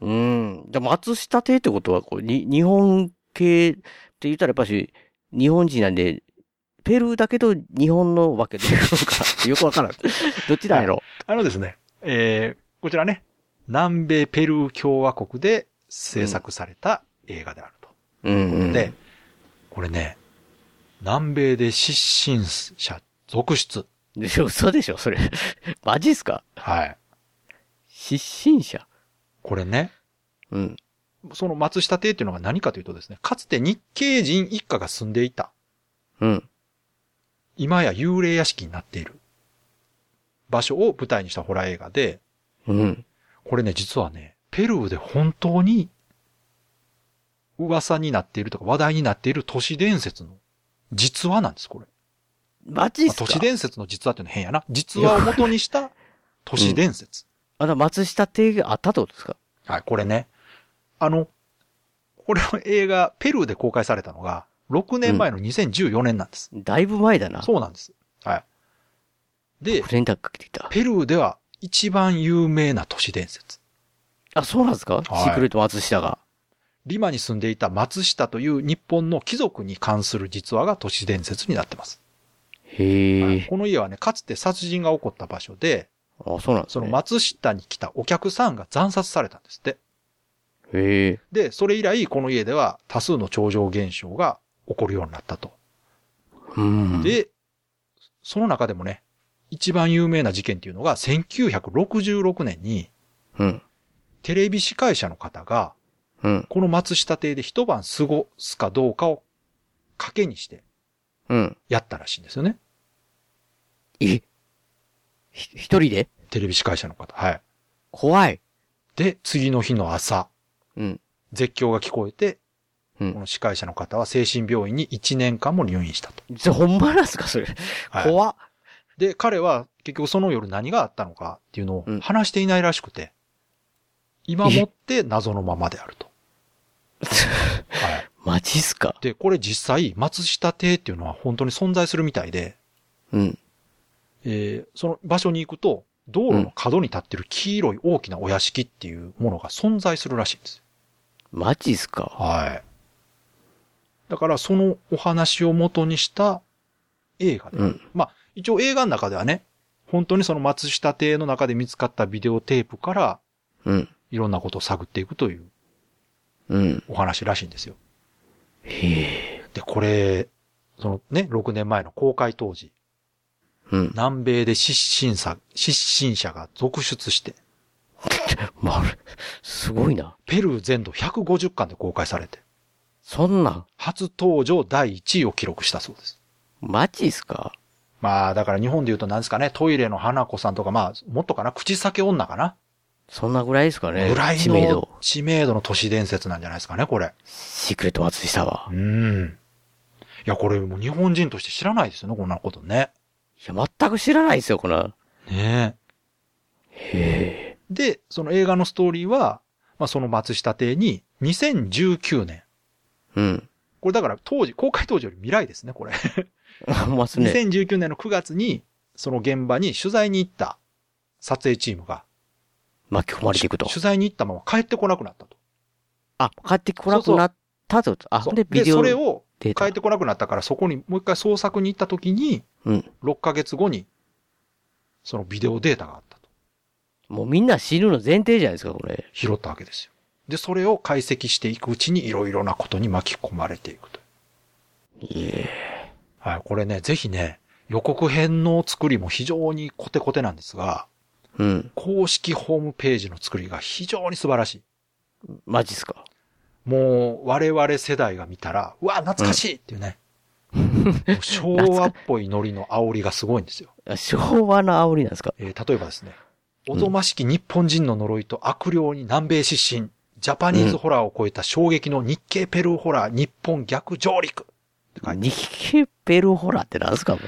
うん。じゃあ松下邸ってことは、こう、に、日本系って言ったらやっぱし、日本人なんで、ペルーだけど日本のわけで、よくわ からん。どっちなんやろ。
あのですね、えーこちらね、南米ペルー共和国で制作された映画であると。
うん、うん。
で、これね、南米で失神者続出。
でしょ、嘘でしょ、それ。マジっすか
はい。
失神者
これね、
うん。
その松下邸っていうのが何かというとですね、かつて日系人一家が住んでいた
うん。
今や幽霊屋敷になっている場所を舞台にしたホラー映画で、
うん。
これね、実はね、ペルーで本当に噂になっているとか話題になっている都市伝説の実話なんです、これ。
マジっ
まあ
すか
都市伝説の実話っていうのは変やな。実話を元にした都市伝説。
あの、松下邸があったってことですか
はい、これね。あの、これの映画、ペルーで公開されたのが、6年前の2014年なんです。
だいぶ前だな。
そうなんです。はい。で、
連絡かけてきた。
ペルーでは一番有名な都市伝説。
あ、そうなんですか、
はい
シークレット松下が。
リマに住んでいた松下という日本の貴族に関する実話が都市伝説になってます。
へえ、
はいこの家はね、かつて殺人が起こった場所で、
あ、そうなんです
そ
ね。
の松下に来たお客さんが惨殺されたんですって。
へえ。
で、それ以来この家では多数の超常現象が起こるようになったと。
うん。
で、その中でもね、一番有名な事件っていうのが1966年に
うん。
テレビ司会者の方が
うん。
この松下邸で一晩過ごすかどうかを賭けにして
うん。
やったらしいんですよね。
えひ一人で
テレビ司会者の方。はい。
怖い。
で、次の日の朝、
うん。
絶叫が聞こえて、
うん
この司会者の方は精神病院に1年間も入院したと。
じゃ、ほんまなんすかそれ。
はい
怖っ。
で、彼は結局その夜何があったのかっていうのを
うん
話していないらしくて、今もって謎のままであると。はい。
マジっすか
で、これ実際、松下邸っていうのは本当に存在するみたいで、
うん。
えーその場所に行くと、道路の角に立ってる黄色い大きなお屋敷っていうものが存在するらしいんですよ。
マジっすか
はい。だからそのお話を元にした映画で。
うん。
まあ、一応映画の中ではね、本当にその松下邸の中で見つかったビデオテープから、
うん。
いろんなことを探っていくという
うん。
お話らしいんですよ。
へえ。
で、これ、そのね、6年前の公開当時、
うん。
南米で失神者、失神者が続出して、
まる、すごいな。
ペルー全土150巻で公開されて、
そんなん、
初登場第1位を記録したそうです。
マジっすか
まあ、だから日本で言うと何ですかね、トイレの花子さんとか、まあ、もっとかな、口裂け女かな。
そんなぐらいですかね。
ぐらい
知名度
の。知名度の都市伝説なんじゃないですかね、これ。
シークレットは外したわ
う。ん。いや、これもう日本人として知らないですよね、こんなことね。
いや、全く知らないですよ、こんな。
ね
へえ。
で、その映画のストーリーは、まあ、その松下邸に2019年。
うん。
これだから当時、公開当時より未来ですね、これ。
ほんまっすね。
2019年の9月に、その現場に取材に行った撮影チームが、
巻き込まれていくと
取。材に行ったまま帰ってこなくなったと。
あ、帰ってこなくなったってこと。あ、ほ
そうん
でビデ
そ
オ
れ
デ
を
ー
帰
タ
っ。てこなくなったから、そこにもう一回捜索に行った時に、
うん。
6ヶ月後に、そのビデオデータがあったと。
もうみんな死ぬの前提じゃないですか、これ。
拾ったわけですよ。で、それを解析していくうちに、いろいろなことに巻き込まれていくと。
いえ。
はい、これね、ぜひね、予告編の作りも非常にコテコテなんですが、
うん。
公式ホームページの作りが非常に素晴らしい。
マジっすか。
もう、我々世代が見たら、うわ、懐かしいっていうね。もう昭和っぽいノリの煽りがすごいんですよ。
あ昭和の煽りなんですか。
えー例えばですね、
うん
おぞましき日本人の呪いと悪霊に南米失神、ジャパニーズホラーを超えた衝撃の日系ペルーホラー日本逆上陸って書いて
ニケペルホラーってなんですかも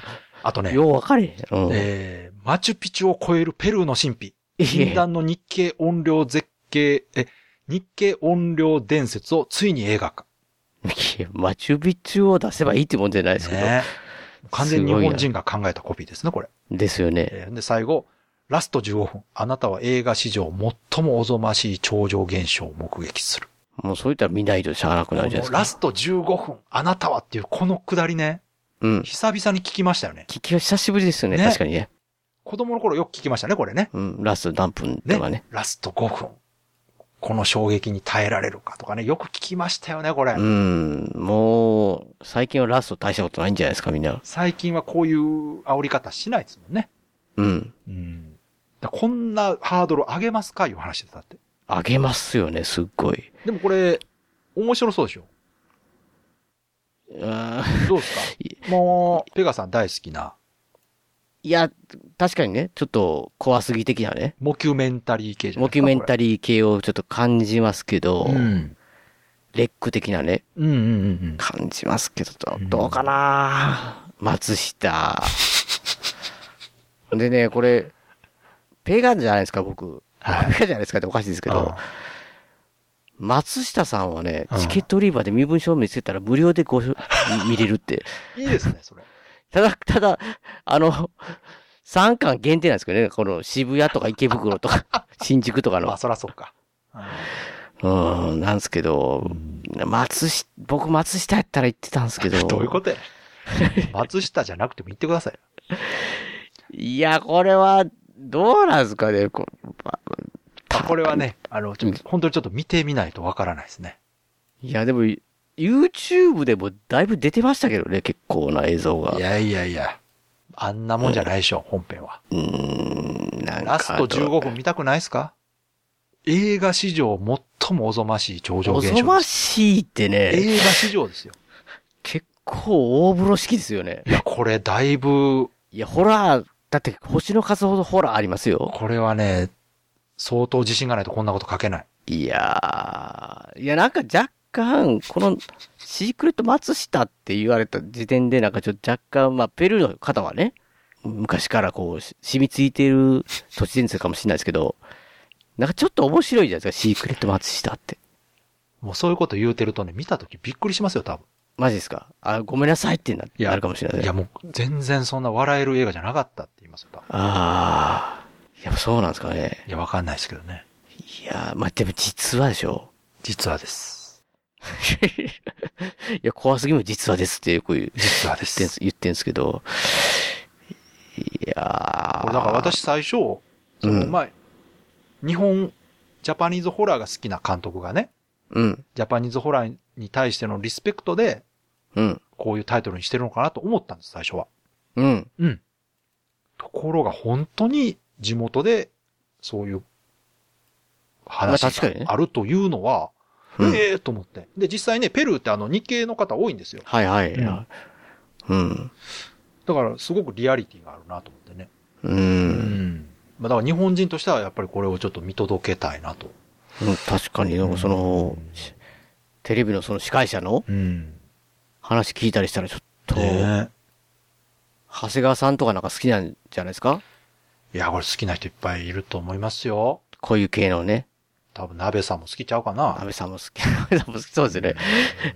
あと
う
ね、
よう分かれへん。うん。
えーマチュピチュを超えるペルーの神秘、
い
禁
え
断の日系音量絶景、え、日系音量伝説をついに映画化。
いやマチュビチュを出せばいいってもんじゃないですけど。
ね完全に日本人が考えたコピーですね、これ。
ですよね。
えーで、最後、ラスト15分、あなたは映画史上最もおぞましい超常現象を目撃する。
もうそういったら見ないとしゃあなくなるじゃない
も
で
う
すか。
ラスト15分、あなたはっていうこのくだりね、
うん。
久々に聞きましたよね。
聞きは久しぶりですよね。
ね
確かにね。
子供の頃よく聞きましたね、これね。
うん。ラスト何分
ね
とかね。
ラスト5分。この衝撃に耐えられるかとかね、よく聞きましたよね、これ。
うん。もう、最近はラスト大したことないんじゃないですか、みんな。
最近はこういう煽り方しないですもんね。
うん。
うん。こんなハードル上げますかいう話だって。
あげますよね、すっごい。
でもこれ、面白そうでしょ
あー
どうですかもう、ペガさん大好きな、
いや、確かにね、ちょっと怖すぎ的なね。
モキュメンタリー系じゃな
モ
いで
キ
すか。
ュメンタ
リ
リー系をちょっと感じますけど、
うん。
レック的なね、
うんうんうんうん。
感じますけど、ど
うん
どうかな松下。 でね、これ、ペガンじゃないですか、僕。
はい
ペガンじゃないですかっておかしいですけど、松下さんはね
うん、
チケット売り場で身分証明つけたら無料でごしょ見れるって。
いいですね、それ。
ただ、ただ、あの、3巻限定なんですけどね、この渋谷とか池袋とか、 新宿とか
まあ、
の。
そらそうか。
うん、なんですけど、松下、僕松下やったら行ってたんですけど。
どういう ことやねん松下じゃなくても言ってくださいよ。
いや、これは、どうなんですかね、こま
あこれはね、あの、ちょっと本当にちょっと見てみないとわからないですね。
いや、でも、YouTube でもだいぶ出てましたけどね、結構な映像が。
いやいやいや。あんなもんじゃないでしょ、本編は。
うーん、なんか。
ラスト15分見たくないですか映画史上最もおぞましい超常
お
現象
ぞま
です。
しいってね、
映画史上ですよ。
結構大風呂敷ですよね
い。や、これだいぶ、
いや、ホラー、だって星の数ほどホラーありますよ。
これはね、相当自信がないとこんなこと書けない。
いやー、いや、なんか若干、この、シークレット松下って言われた時点で、なんかちょっと若干、まあ、ペルーの方はね、昔からこう、し染みついてる都市伝説かもしれないですけど、なんかちょっと面白いじゃないですか、シークレット松下って。
もうそういうこと言うてるとね、見たときびっくりしますよ、多分。
マジですかあ、ごめんなさいってな、
いや
なるかもしれない
いや、もう全然そんな笑える映画じゃなかったって言いますよ、多分。
あー、いや、そうなんですかね。
いや、わかんないですけどね。
いやー、まあ、でも実はでしょ。
実はです。
いや、怖すぎも実はですってよく言う
実はで
言ってん
す。
す、言ってんすけど。いやー
これだから私最初、その
うん
前、日本、ジャパニーズホラーが好きな監督がね、
うん、
ジャパニーズホラーに対してのリスペクトで、
うん、
こういうタイトルにしてるのかなと思ったんです、最初は。
うん。
うん。ところが本当に地元でそういう話
まあ確かにね
があるというのは、
うん
ええと思って。で、実際ね、ペルーってあの日系の方多いんですよ。
はいはい。
うん
うん。
だだからすごくリアリティがあるなと思ってね。
う。
うんん。まあだから日本人としてはやっぱりこれをちょっと見届けたいなと。
うん確かに、なんかその、テレビのその司会者の
うん。
話聞いたりしたらちょっと、
ね
長谷川さんとかなんか好きなんじゃないですか
え。いや、これ好きな人いっぱいいると思いますよ。
こういう系のね。
多分、鍋さんも好きちゃうか
安
な。
倍さんも好き。 安倍さんも好きそうですよね。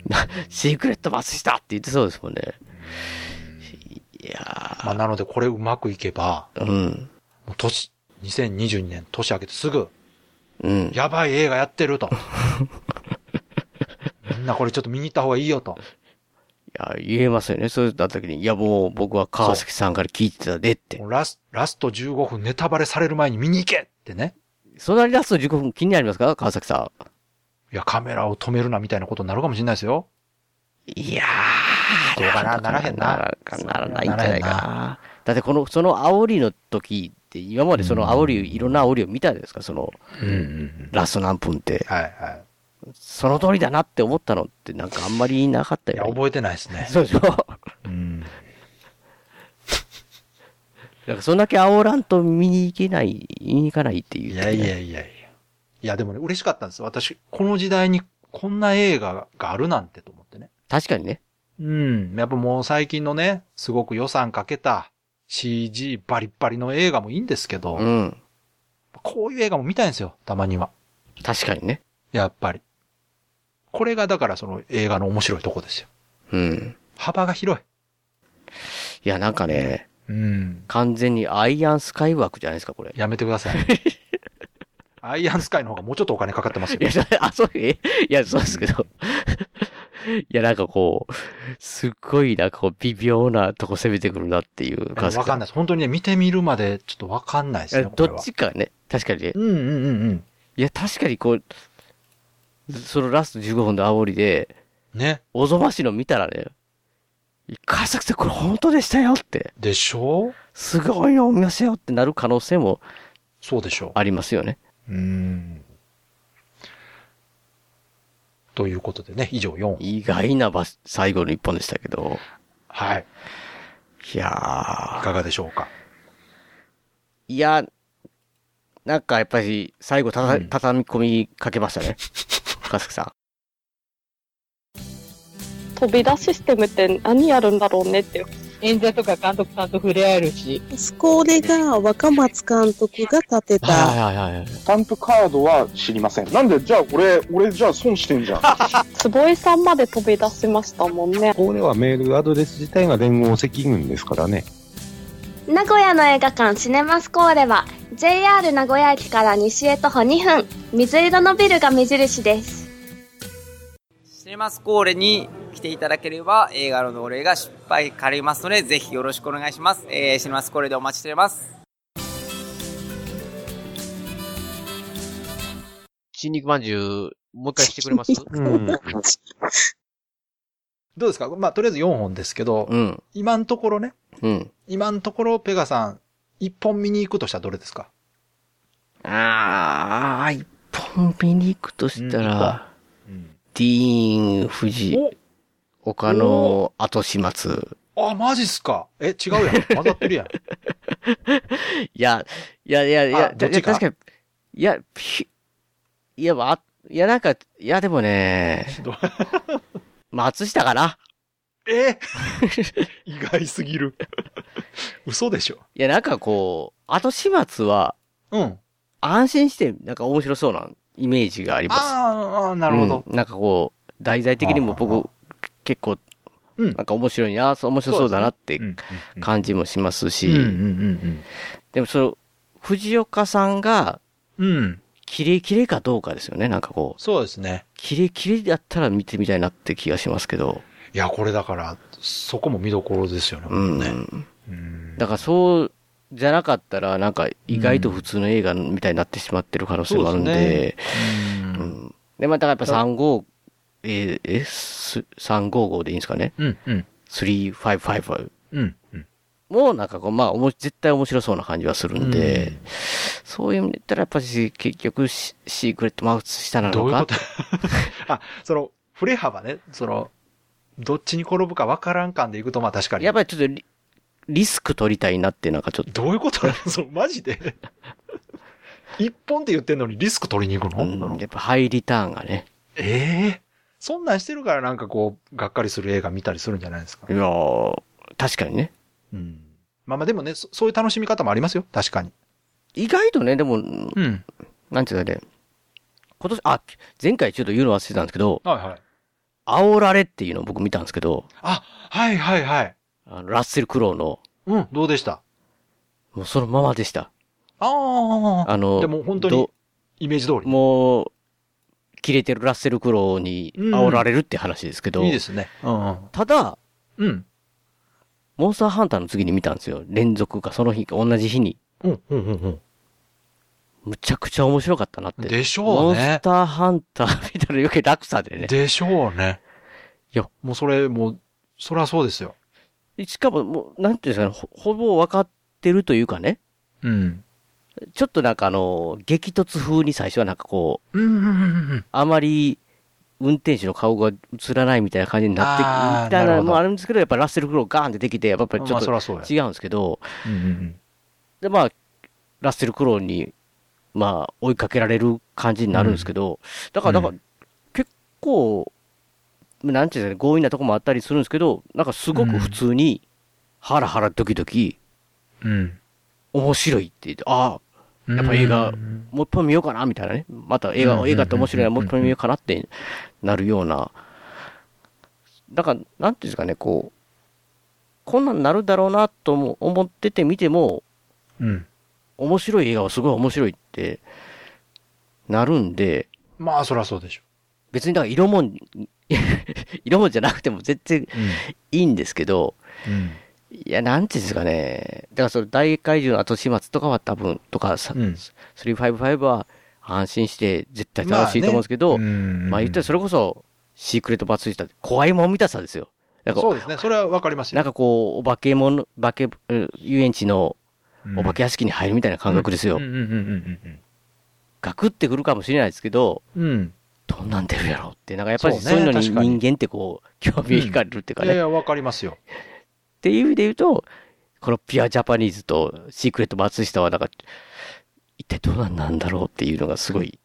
なシークレット松下って言ってそうですもんね。いや
まあ、なので、これうまくいけば、
ー、うん。
もう年、2022年年明けてすぐ、
うん。
やばい映画やってると。みんなこれちょっと見に行った方がいいよと。
いや、言えますよね。そうだった時に、いや、もう僕は川崎さんから聞いてたでって
も。うラスラスト15分ネタバレされる前に見に行けってね。
そんなにラスト15分気になりますか川崎さ
いや、カメラを止めるなみたいなことになるかもしれないですよ。
ん。いやー。
どうかなならへんな
ならかならないんじゃないか
なら
な。だってこの、その煽りの時って、今までその煽り、いろんな煽りを見たじゃないですか、その、
うんうんうん。
ラスト何分って。
はいはい。
その通りだなって思ったのって、なんかあんまりなかった
いや、
よ、ね。
覚えてないですね。
そうでしょ
うん。
なんかそんだけ煽らんと見に行けない、見に行かないっていう、
いやいや。いやいや。いや、でもね、嬉しかったんですよ。私、この時代にこんな映画があるなんてと思ってね。
確かにね。
うん。やっぱもう最近のね、すごく予算かけた CG バリッバリの映画もいいんですけど、
うん。
こういう映画も見たいんですよ、たまには。
確かにね。
やっぱり。これがだからその映画の面白いとこですよ。
うん。
幅が広い。
いや、なんかね、
うん。
完全にアイアンスカイワークじゃないですか、これ。
やめてくださ い。アイアンスカイの方がもうちょっとお金かかってますよ
い。や、だあ、そう、えいや、そうですけど。いや、なんかこう、すっごい、なんかこう、微妙なとこ攻めてくるなっていう
わ
感じ。
かんないです。本当にね、見てみるまでちょっとわかんないですね、こ
ど
れ
っ
は。
ちかね、確かにね。
うんうんうんうん。
いや、確かにこう、そのラスト15分の煽りで、
ね。
おぞましいの見たらね、川崎さんこれ本当でしたよって、
でしょう
すごいのを見ましたよってなる可能性も
そうでしょ
ありますよね。
う。うん。ということでね、以上4。
意外なば最後の一本でしたけど。
はい。
いや
い
ー。
かがでしょうか。
いや、なんかやっぱり最後たた、
うん
畳み込みかけました ね。川崎さ
飛び出システムって何やるんだろうねっていう
演者とか監督さんと触れ合えるし、
これが若松監督が建て
ん。
た、
いはいはい。
スタンプカードは知りません。なんで、じゃあ俺、俺じゃあ損して んじゃん。
坪井さんまで飛び出しましたもんね
ここではメールアドレス自体が連合赤軍ですからね。
名古屋の映画館シネマスコーレは JR 名古屋駅から西へ徒歩2分水色のビルが目印です
シネマスコーレに来ていただければ映画の同例が失敗かりますのでぜひよろしくお願いします、えー、シネマスコーレでお待ちしております
新肉まんじゅう、もう一回してくれます
うん。
どうですかまあ、とりあえず4本ですけど、
うん。
今のところね、
うん。
今のところペガさん、1本見に行くとしたらどれですか
あー、一本見に行くとしたら、
うん。
ディーン・フジ、他の後始末。
おあ、マジっすか。え、違うや ん。混ざってるやん。
いや、いやいやいや、
あどっちか
いや確かに、いや、ピいや、まあ、いや、なんか、いや、でもね
ど、
松下かな。
え 意外すぎる。嘘でしょ。
いや、なんかこう、後始末は、
うん。
安心して、なんか面白そうなイメージがあります。
あーあー、なるほど。
うんなんかこう、題材的にも
あーあ
僕、結構、
うん
なんか面白いな、そう面白そうだなって
うんうんうん
感じもしますし、
うんうん
でもその、藤岡さんが、
うんうん。うん。
キレキレかどうかですよね、なんかこう。
そうですね。
キレキレだったら見てみたいなって気がしますけど。
いや、これだから、そこも見どころですよね。
うん。
ねうん
だからそうじゃなかったら、なんか意外と普通の映画みたいになってしまってる可能性もあるんで。
う
うんん。で、まあ、だからやっぱ35、えー、え、す355でいいんですかね。
うんうん。
3555。
うんうん。
もうなんかこう、まあ、おも絶対面白そうな感じはするんで、
うん
そういう意味で言ったらやっぱり結局シシークレットマウスしたな
ど
の
ういう
か
こと あ、その、振れ幅ね、その、どっちに転ぶか分からん感でいくと、まあ確かに。
やっぱりちょっとリリスク取りたいなって、なんかちょっと。
どういうことな のそう、マジで一本って言ってんのにリスク取りに行くの、
うんやっぱハイリターンがね。
ええそんなんしてるからなんかこう、がっかりする映画見たりするんじゃないですか。
いやー確かにね。
うん。まあまあでもねそ、そういう楽しみ方もありますよ。確かに。
意外とね、でも、うん。なんていうかね、今年、あ、前回ちょっと言うの忘れてたんですけど、
はいはい。
煽られっていうのを僕見たんですけど、
あ、はいはいはい。
あのラッセル・クロウの、
うん、どうでした
もうそのままでした。
ああ。
あの
でも本当に
ど、
イメージ通り。
もう、切れてるラッセル・クロウに煽られるって話ですけど、
いいですね。うんうん。
ただ、
うん。
モンスターハンターの次に見たんですよ。連続か、その日か、同じ日に。
うん、うん、うん、
むちゃくちゃ面白かったなって。
でし
モ
ょう
ンス
ね。
ターハンターみたいな余計落差でね。
でしょうね。
いや、
もうそれ、もう、そりゃそうですよ。
しかも、もう、なんていうんですかね、ほほぼ分かってるというかね、
うん。
ちょっとなんかあの、激突風に最初はなんかこう、
うん、うん、うんうん。
あまり運転手の顔が映らないみたいな感じになって
あー
くみたい
なる
な
ほど
のもあるんですけど、やっぱラッセル・クロウガーンってできて、やっぱりち
ま
ょ
あ
っ
そらそうや
と違うんですけど、
うんうんうん。
で、まあ、ラッセル・クロウに、まあ、追いかけられる感じになるんですけど、だから、なん
う
か、結構、なんていうんですかね、強引なとこもあったりするんですけど、なんかすごく普通に、ハラハラドキドキ、
うん。
面白いって言って、ああ、やっぱ映画、もう一本見ようかな、みたいなね。また映画、
うん
映画って面白いな、
うん
もう一本見ようかなってなるような。だから、なんていうんですかね、こう、こんなんなるだろうなとも思ってて見ても、
うん。
面白い映画はすごい面白いってなるんで、
まあ、そりゃそうでしょ
別にだから色もん、 色もんじゃなくても全然いいんですけど、
う。うん。
いや、なんていうんですかね。だからその大怪獣の後始末とかは多分、とかさ、
うん
355は安心して絶対楽しいと思うんですけど、
まあ
まあ,、
ねうん
言ったらそれこそ、シークレットバツイーターって怖いもん見たさですよ。なんか、
そうですね。それはわかりますよ。
なんかこう、お化けもの、化け、うん遊園地の
うん
お化け屋敷に入るみたいな感覚ですよ。
うんうんうんうん
ガクってくるかもしれないですけど、
うん。うん。
どんなん出るやろって、なんかやっぱり
そうね
そういうのに
確かに
人間ってこう、興味惹かれるっていうか
い
ね
やい。や、わかります
っ
よ。
ていう意味で言うと、このピュアジャパニーズとシークレット松下はなんか、一体どうなんなんだろうっていうのがすごい、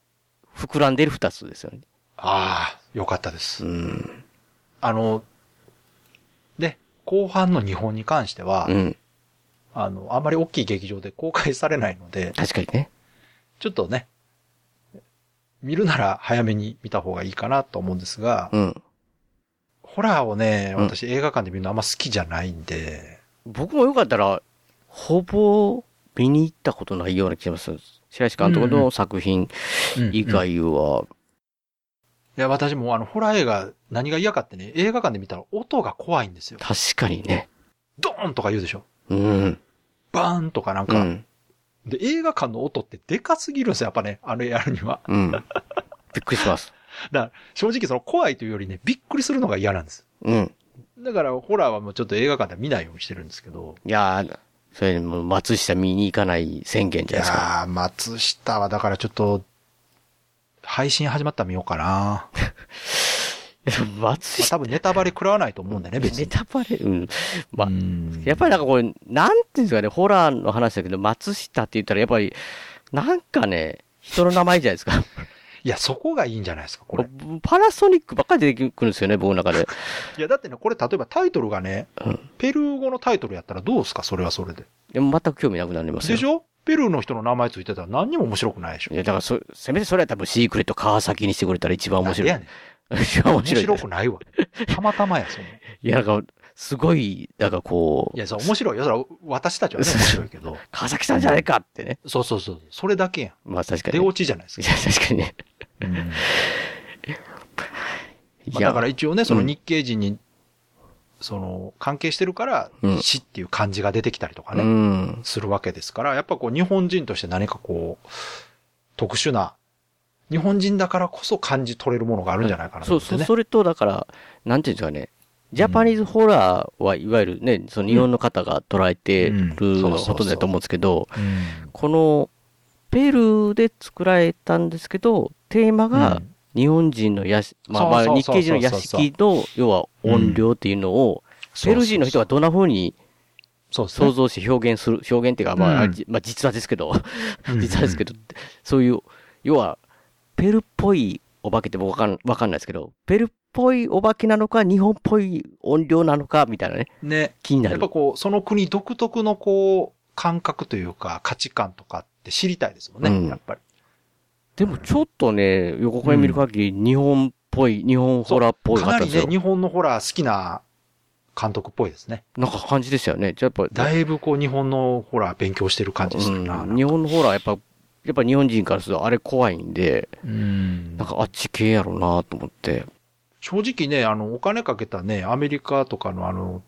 膨らんでる二つですよね。
ああ、よかったです
う。ん。
あの、で、後半の日本に関しては、
うん。
あの、あんまり大きい劇場で公開されないので、
確かにね。
ちょっとね、見るなら早めに見た方がいいかなと思うんですが、
うん。
ホラーをね、
うん
私映画館で見るのあんま好きじゃないんで、
僕もよかったら、ほぼ見に行ったことないような気がします。白石監督の作品以
うんい
外は、
や、私もあの、ホラー映画何が嫌かってね、映画館で見たら音が怖いんですよ。
確かにね。
ドーンとか言うでしょ。
うん。
バーンとかなん
う
か、
ん。
で、映画館の音ってでかすぎるんですよ、やっぱね、あれやるには。
うん。びっくりします。
だから、正直その怖いというよりね、びっくりするのが嫌なんです。
うん。
だから、ホラーはもうちょっと映画館では見ないようにしてるんですけど。
いやー、それもう松下見に行かない宣言じ
い
ゃないですか。
やー、松下はだからちょっと、配信始まったら見ようかな。
松
まあ
下
多分ネタバレ食らわないと思うんだよね、別
ネ
に。
タバレ、うん。まあ
う、ん
やっぱりなんかこれ、なんていうんですかね、ホラーの話だけど、松下って言ったらやっぱり、なんかね、人の名前じゃないです か。
いや、そこがいいんじゃないですか、これ。
パナソニックばっかり出てくるんですよね、僕の中で。
いや、だってね、これ例えばタイトルがね、
うん
ペルー語のタイトルやったらどうですか、それはそれで。
でも全く興味なくなりますよ。
でしょペルーの人の名前ついてたら何にも面白くないでしょ
い。や、だからそ、せめてそれは多分シークレット川崎にしてくれたら一番面白い。
なんで
一番
や
面
ねん面
白い。
白くないわ。たまたまや、そ の。
いや、なんか、すごい、なんかこ、
いうや、そう、面白いよ。それは私たちはね、面白いけど。
川崎さんじゃないかってね。
そうそうそう。それだけやん。
まあ確かに。
出
いや、
落ちじゃないですか。
確かにね。
うん
い
まあ
や、
だから一応ね、その
うん
日系人に、その、関係してるから
う、ん
死っていう漢字が出てきたりとか
う
ね、
ん。
するわけですから、やっぱこう、日本人として何かこう、特殊な、日本人だからこそ感じ取れるものがあるんじゃないかなと
そう
思って
そう、
ね。
それと、だから、なんていうんですかね、ジャパニーズホラーはいわゆるね、その日本の方が捉えて
うん
る
うんそうそうそ
ほ
う
とんどだと思うんですけど、
うん
この、ペルーで作られたんですけど、テーマ
う
が
ん
日本人の屋敷、まあまあ
そう
日
そうそうそ
系
う
人の屋敷の、要は音量っていうのを、ペルー人の人はどんな風に
そうですね
想像して表現する、表現っていうか、まあ、
うん
じまあ、実話ですけど、
うん
実話ですけど、そういう、要は、ペルっぽいお化けって僕わかんわかんないですけど、ペルっぽいお化けなのか、日本っぽい音量なのか、みたいなね、
ね。
気にな
やっ
る
ぱ。こう、その国独特のこう、感覚というか、価値観とかって知りたいですもんね、
うん
やっぱり。
でもちょっとね、横から見る限り、日本っぽい、日本ホラーっぽい
かな
方
り
です
ね、
よ。
日本のホラー好きな監督っぽいですね。
なんか感じですよね。じゃあやっぱ、
だいぶこう、日本のホラー勉強してる感じするな。
うん日本のホラーやっぱ、やっぱ日本人からするとあれ怖いんで、
うん
なんかあっち系やろうなと思って。
正直ね、あの、お金かけたね、アメリカとかのあの、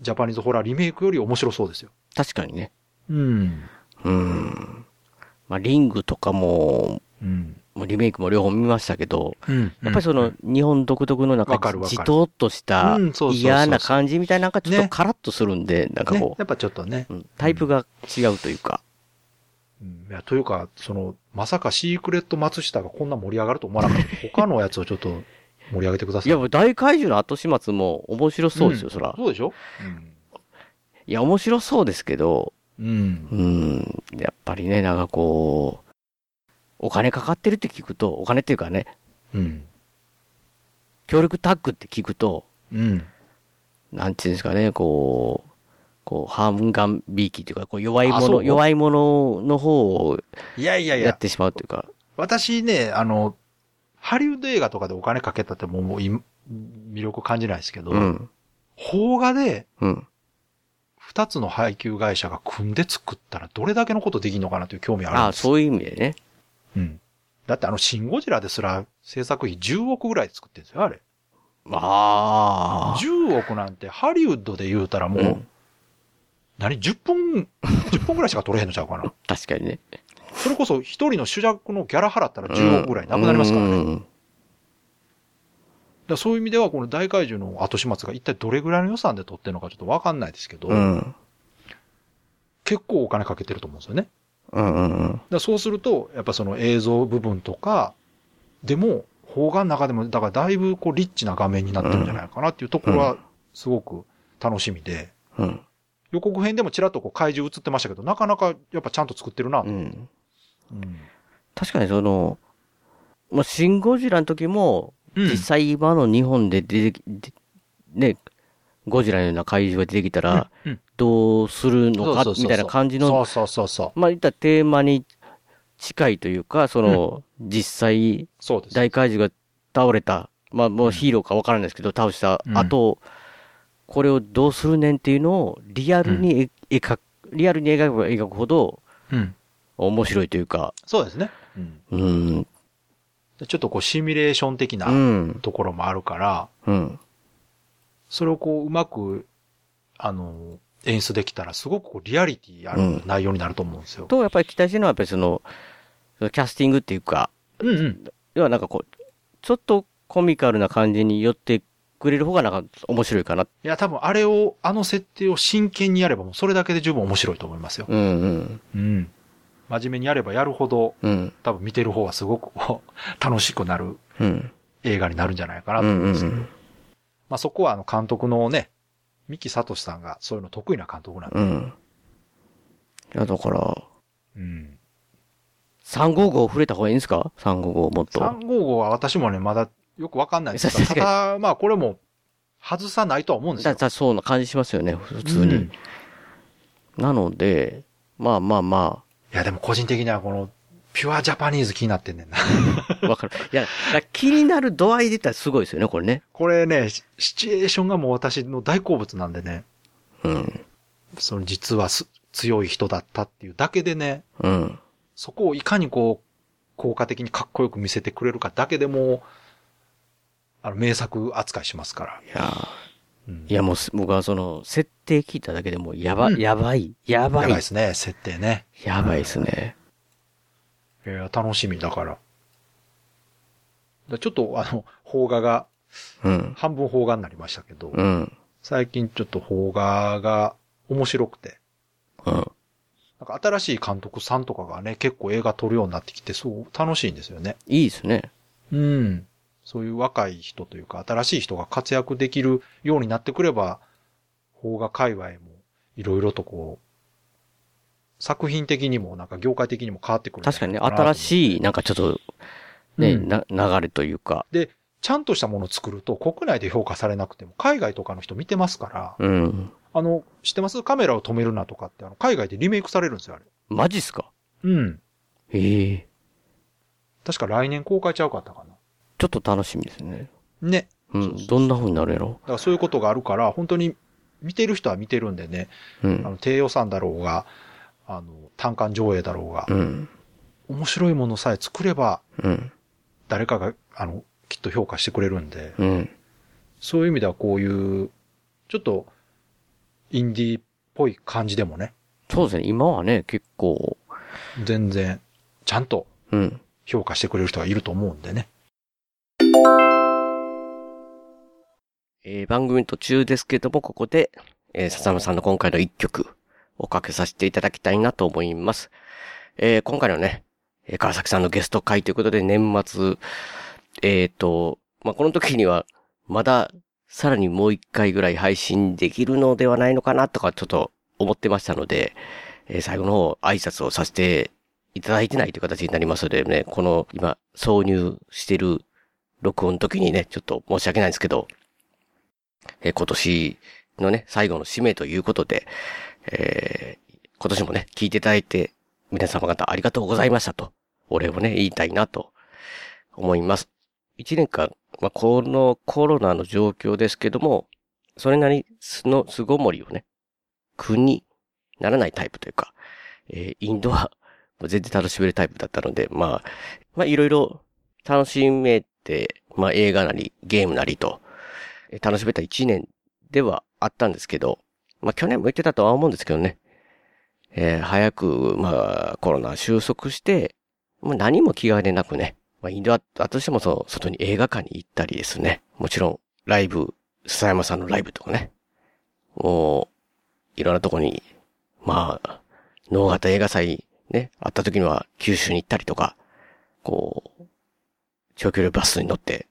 ジャパニーズホラーリメイクより面白そうですよ。
確かにね。
うん。
うん。まあ、リングとかも、
うん。
もうリメイクも両方見ましたけど、
うん。
やっぱりその、日本独特のなん
わ
か
かるわか
じ
る
とっとした
うんそうそうそうそう
嫌な感じみたいなのがちょっ
ね
とカラッとするんで、なんか
ね
こ、
やっぱちょっとね。
う、うんタイプが違うというか。
うんいやというか、その、まさかシークレット松下がこんな盛り上がると思わなかった。他のやつをちょっと盛り上げてくださ
い
い。
や、もう大怪獣の後始末も面白そうですよ、
ん
そら。
そうでしょ
いや、面白そうですけど、
うん。うん
う。ん、やっぱりね、なんかこう、お金かかってるって聞くと、お金っていうかね、
うん。
協力タッグって聞くと、
うん。
なんていうんですかね、こう、こう、ハームガンビーキっていうか、こう弱い
あそ
者、
う
弱い者の方を
いやいやい
や
や
っ、てしまうというか、
私ね、あの、ハリウッド映画とかでお金かけたってもうもう今魅力感じないですけど、
うん、
邦画で
うん。
二つの配給会社が組んで作ったらどれだけのことできるのかなという興味あるん
ああ、
です
そういう意味でね。
うん。だってあの、シン・ゴジラですら制作費10億ぐらいで作ってるんですよ、あれ。
ああ、
10億なんてハリウッドで言うたらもう、
うん
何、10本、10本ぐらいしか取れへんのちゃうかな。
確かにね。
それこそ一人の主役のギャラ払ったら10億ぐらいなくなりますから
う
ね。だか
ん
らそういう意味ではこの大怪獣の後始末が一体どれぐらいの予算で取ってるのかちょっとわかんないですけど、
うん。
結構お金かけてると思うんですよね。
うんうんうん。
だからそうすると、やっぱその映像部分とか、でも、邦画の中でも、だからだいぶこうリッチな画面になってるんじゃないかなっていうところ
う
は、すごく楽しみで、
うん。
予告編でもちらっとこう怪獣映ってましたけど、なかなかやっぱちゃんと作ってるな
う。ん。
うん
確かにその、まあ、シン・ゴジラの時も、
うん
実際今の日本で出てき、でね、ゴジラのような怪獣が出てきたら
うんうん、
どうするのか
そうそうそうそう
みたいな感じ
そ
の、
うそうそうそう。
まあ、いったらテーマに近いというか、その、実際、
そうです。
大怪獣が倒れた、まあ、もうヒーローかわからないですけど、倒した後、これをどうするねんっていうのを、リアルに描く、リアルに描けば描くほど、
うん。
面白いというか、
そうですね。うん
うん、
でちょっとこうシミュレーション的
う、
なんところもあるから、
うん。
それをこううまく、あの、演出できたら、すごくこうリアリティある内容になると思うんですよ。
と、やっぱり期待してるのは、やっぱりその、そのキャスティングっていうか、
うんうん。
要はなんかこう、ちょっとコミカルな感じに寄ってくれる方がなんか面白いかな。
いや、多分あれを、あの設定を真剣にやればもうそれだけで十分面白いと思いますよ。
うんうん。
うん。真面目にやればやるほど、
うん。
多分見てる方はすごくこう 楽しくなる
うん。
映画になるんじゃないかな
う
と思
んうん
いま
う
す。
ん。
まあそこはあの監督のね、三木聡さんがそういうの得意な監督なんで。
うん。いや、だから、
うん。
355触れた方がいいんですか ?355 もっと。
355は私もね、まだよくわかんないですが、
確か
た
に
だ、まあこれも外さないとは思うんです
だ
よ。
だそうな感じしますよね、普通に。
うんい
なので、まあまあま
やでも個人的にはこの、ピュアジャパニーズ気になってんねんな。
あ、わかる。いや、だから気になる度合いで言ったらすごいですよね、 これね。
これね、シシチュエーションがもう私の大好物なんでね。
うん。
その実はす強い人だったっていうだけでね、
うん。
そこをいかにこう、効果的にかっこよく見せてくれるかだけでも、あの、名作扱いしますから。
いやー
うん
いや、もうす、僕はその、設定聞いただけでもう、やば、
うん
やばい、やば
やばい
い
で、すね、設定ね。
やばいですね。
いや、楽しみだから。だからちょっと、あの、邦画が、
うん。
半分邦画になりましたけど、
うん。
最近ちょっと邦画が面白くて、
うん。
なんか新しい監督さんとかがね、結構映画撮るようになってきて、そう、楽しいんですよね。
いいですね。
うん。そういう若い人というか、新しい人が活躍できるようになってくれば、邦画界隈もいろいろとこう、作品的にも、なんか業界的にも変わってくるんじゃ
確かに
な
ね、
いな
新しい、なんかちょっと、ね、
うん
な、流れというか、
で、ちゃんとしたものを作ると国内で評価されなくても海外とかの人見てますから、
うん。
あの、知ってますカメラを止めるなとかってあの海外でリメイクされるんですよ、あれ。
マジっすか
うん。
ええ
確か来年公開ちゃうかったか
ちょっと楽しみですね。
な。ね。
うん、どんな風になるやろ
だからそういうことがあるから、本当に見てる人は見てるんでね、
う
あ
ん。
の、低予算だろうが、あの、単館上映だろうが
う、ん。
面白いものさえ作れば、
うん。
誰かが、あの、きっと評価してくれるんで、
うん。
そういう意味ではこういう、ちょっと、インディーっぽい感じでもね、
そうですね、今はね、結構、
全然、ちゃんと
うん。
評価してくれる人がいると思うんでね。
えー番組途中ですけども、ここで、えー笹野さんの今回の一曲をかけさせていただきたいなと思います。えー今回のね、えー川崎さんのゲスト会ということで、年末、えっ、と、まあ、この時には、まだ、さらにもう一回ぐらい配信できるのではないのかなとか、ちょっと思ってましたので、えー最後の方、挨拶をさせていただいてないという形になりますのでね、この、今、挿入してる録音の時にね、ちょっと申し訳ないんですけど、えー今年のね、最後の使命ということで、えー今年もね、聞いていただいて、皆様方ありがとうございましたと、お礼をね、言いたいなと思います。一年間、まあ、このコロナの状況ですけども、それなりにすの巣ごもりをね、苦にならないタイプというか、えーインドア、もう全然楽しめるタイプだったので、まあ、まあ、いろいろ楽しめて、まあ、映画なり、ゲームなりと、えー楽しめた一年ではあったんですけど、まあ去年も言ってたとは思うんですけどね。えー早く、まあコロナ収束して、もう何も気兼ねなくね、まあインドアだとしてもその外に映画館に行ったりですね。もちろんライブ、笹山さんのライブとかね。もう、いろんなとこに、まあ、脳型映画祭ね、あった時には九州に行ったりとか、こう、長距離バスに乗って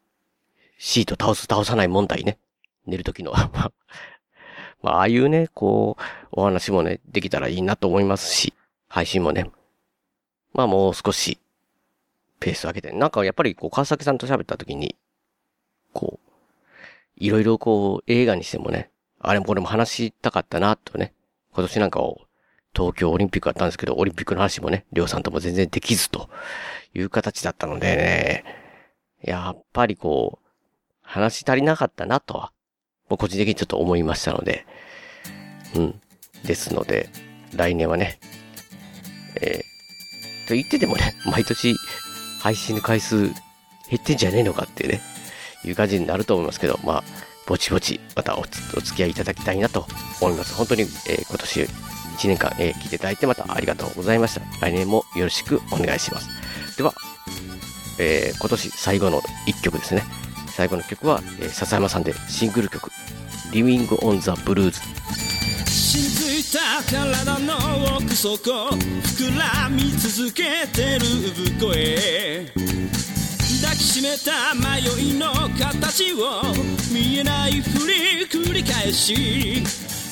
シート倒す倒さない問題ね。寝るときの。ま あ、まあ、ああいうね、こう、お話もね、できたらいいなと思いますし、配信もね。まあもう少し、ペースを上げて。なんかやっぱりこう、川崎さんと喋ったときに、こう、いろいろこう、映画にしてもね、あれもこれも話したかったな、とね。今年なんかを、東京オリンピックあったんですけど、オリンピックの話もね、りょうさんとも全然できずという形だったのでね、やっぱりこう、話し足りなかったなとは、もう個人的にちょっと思いましたので、うん。ですので、来年はね、えーと言っててもね、 毎年配信の回数減ってんじゃねえのかっていうね、いう感じになると思いますけど、まあ、ぼちぼち、またおつお付き合いいただきたいなと思います。本当に、えー今年1年間、えー聞いていただいてまたありがとうございました。来年もよろしくお願いします。では、えー今年最後の1曲ですね。最後の曲は、えー笹山さんでシングル曲「Living on the Blues
沈ついた体の奥底膨らみ続けてる産声抱きしめた迷いの形を見えないふり繰り返し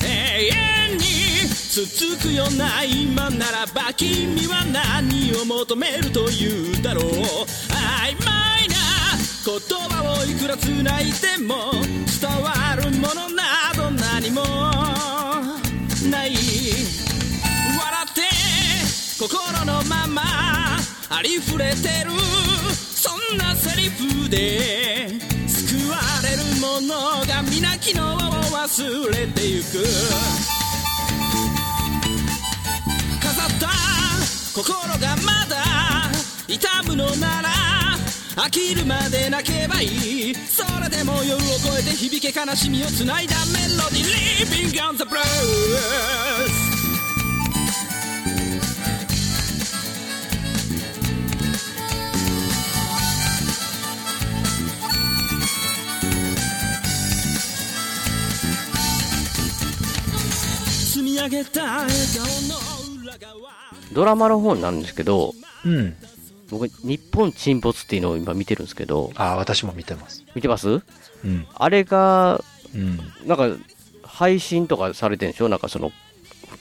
永遠に続くような今ならば君は何を求めるというだろう曖昧な言葉をいくら繋いでも伝わるものなど何もない笑って心のままありふれてるそんなセリフで救われるものが皆昨日を忘れてゆく飾った心がまだ痛むのなら飽きるまで泣けばいいそれでも夜を越えて響け悲しみをつないだメロディー Living on the Blues 積み上げた笑顔の裏側」
ドラマの方になるんですけど
うん。
僕「日本沈没」っていうのを今見てるんですけど
ああ、私も見てます。
見てます
うん。
あれが
うん。
なんか配信とかされてるんでしょなんかその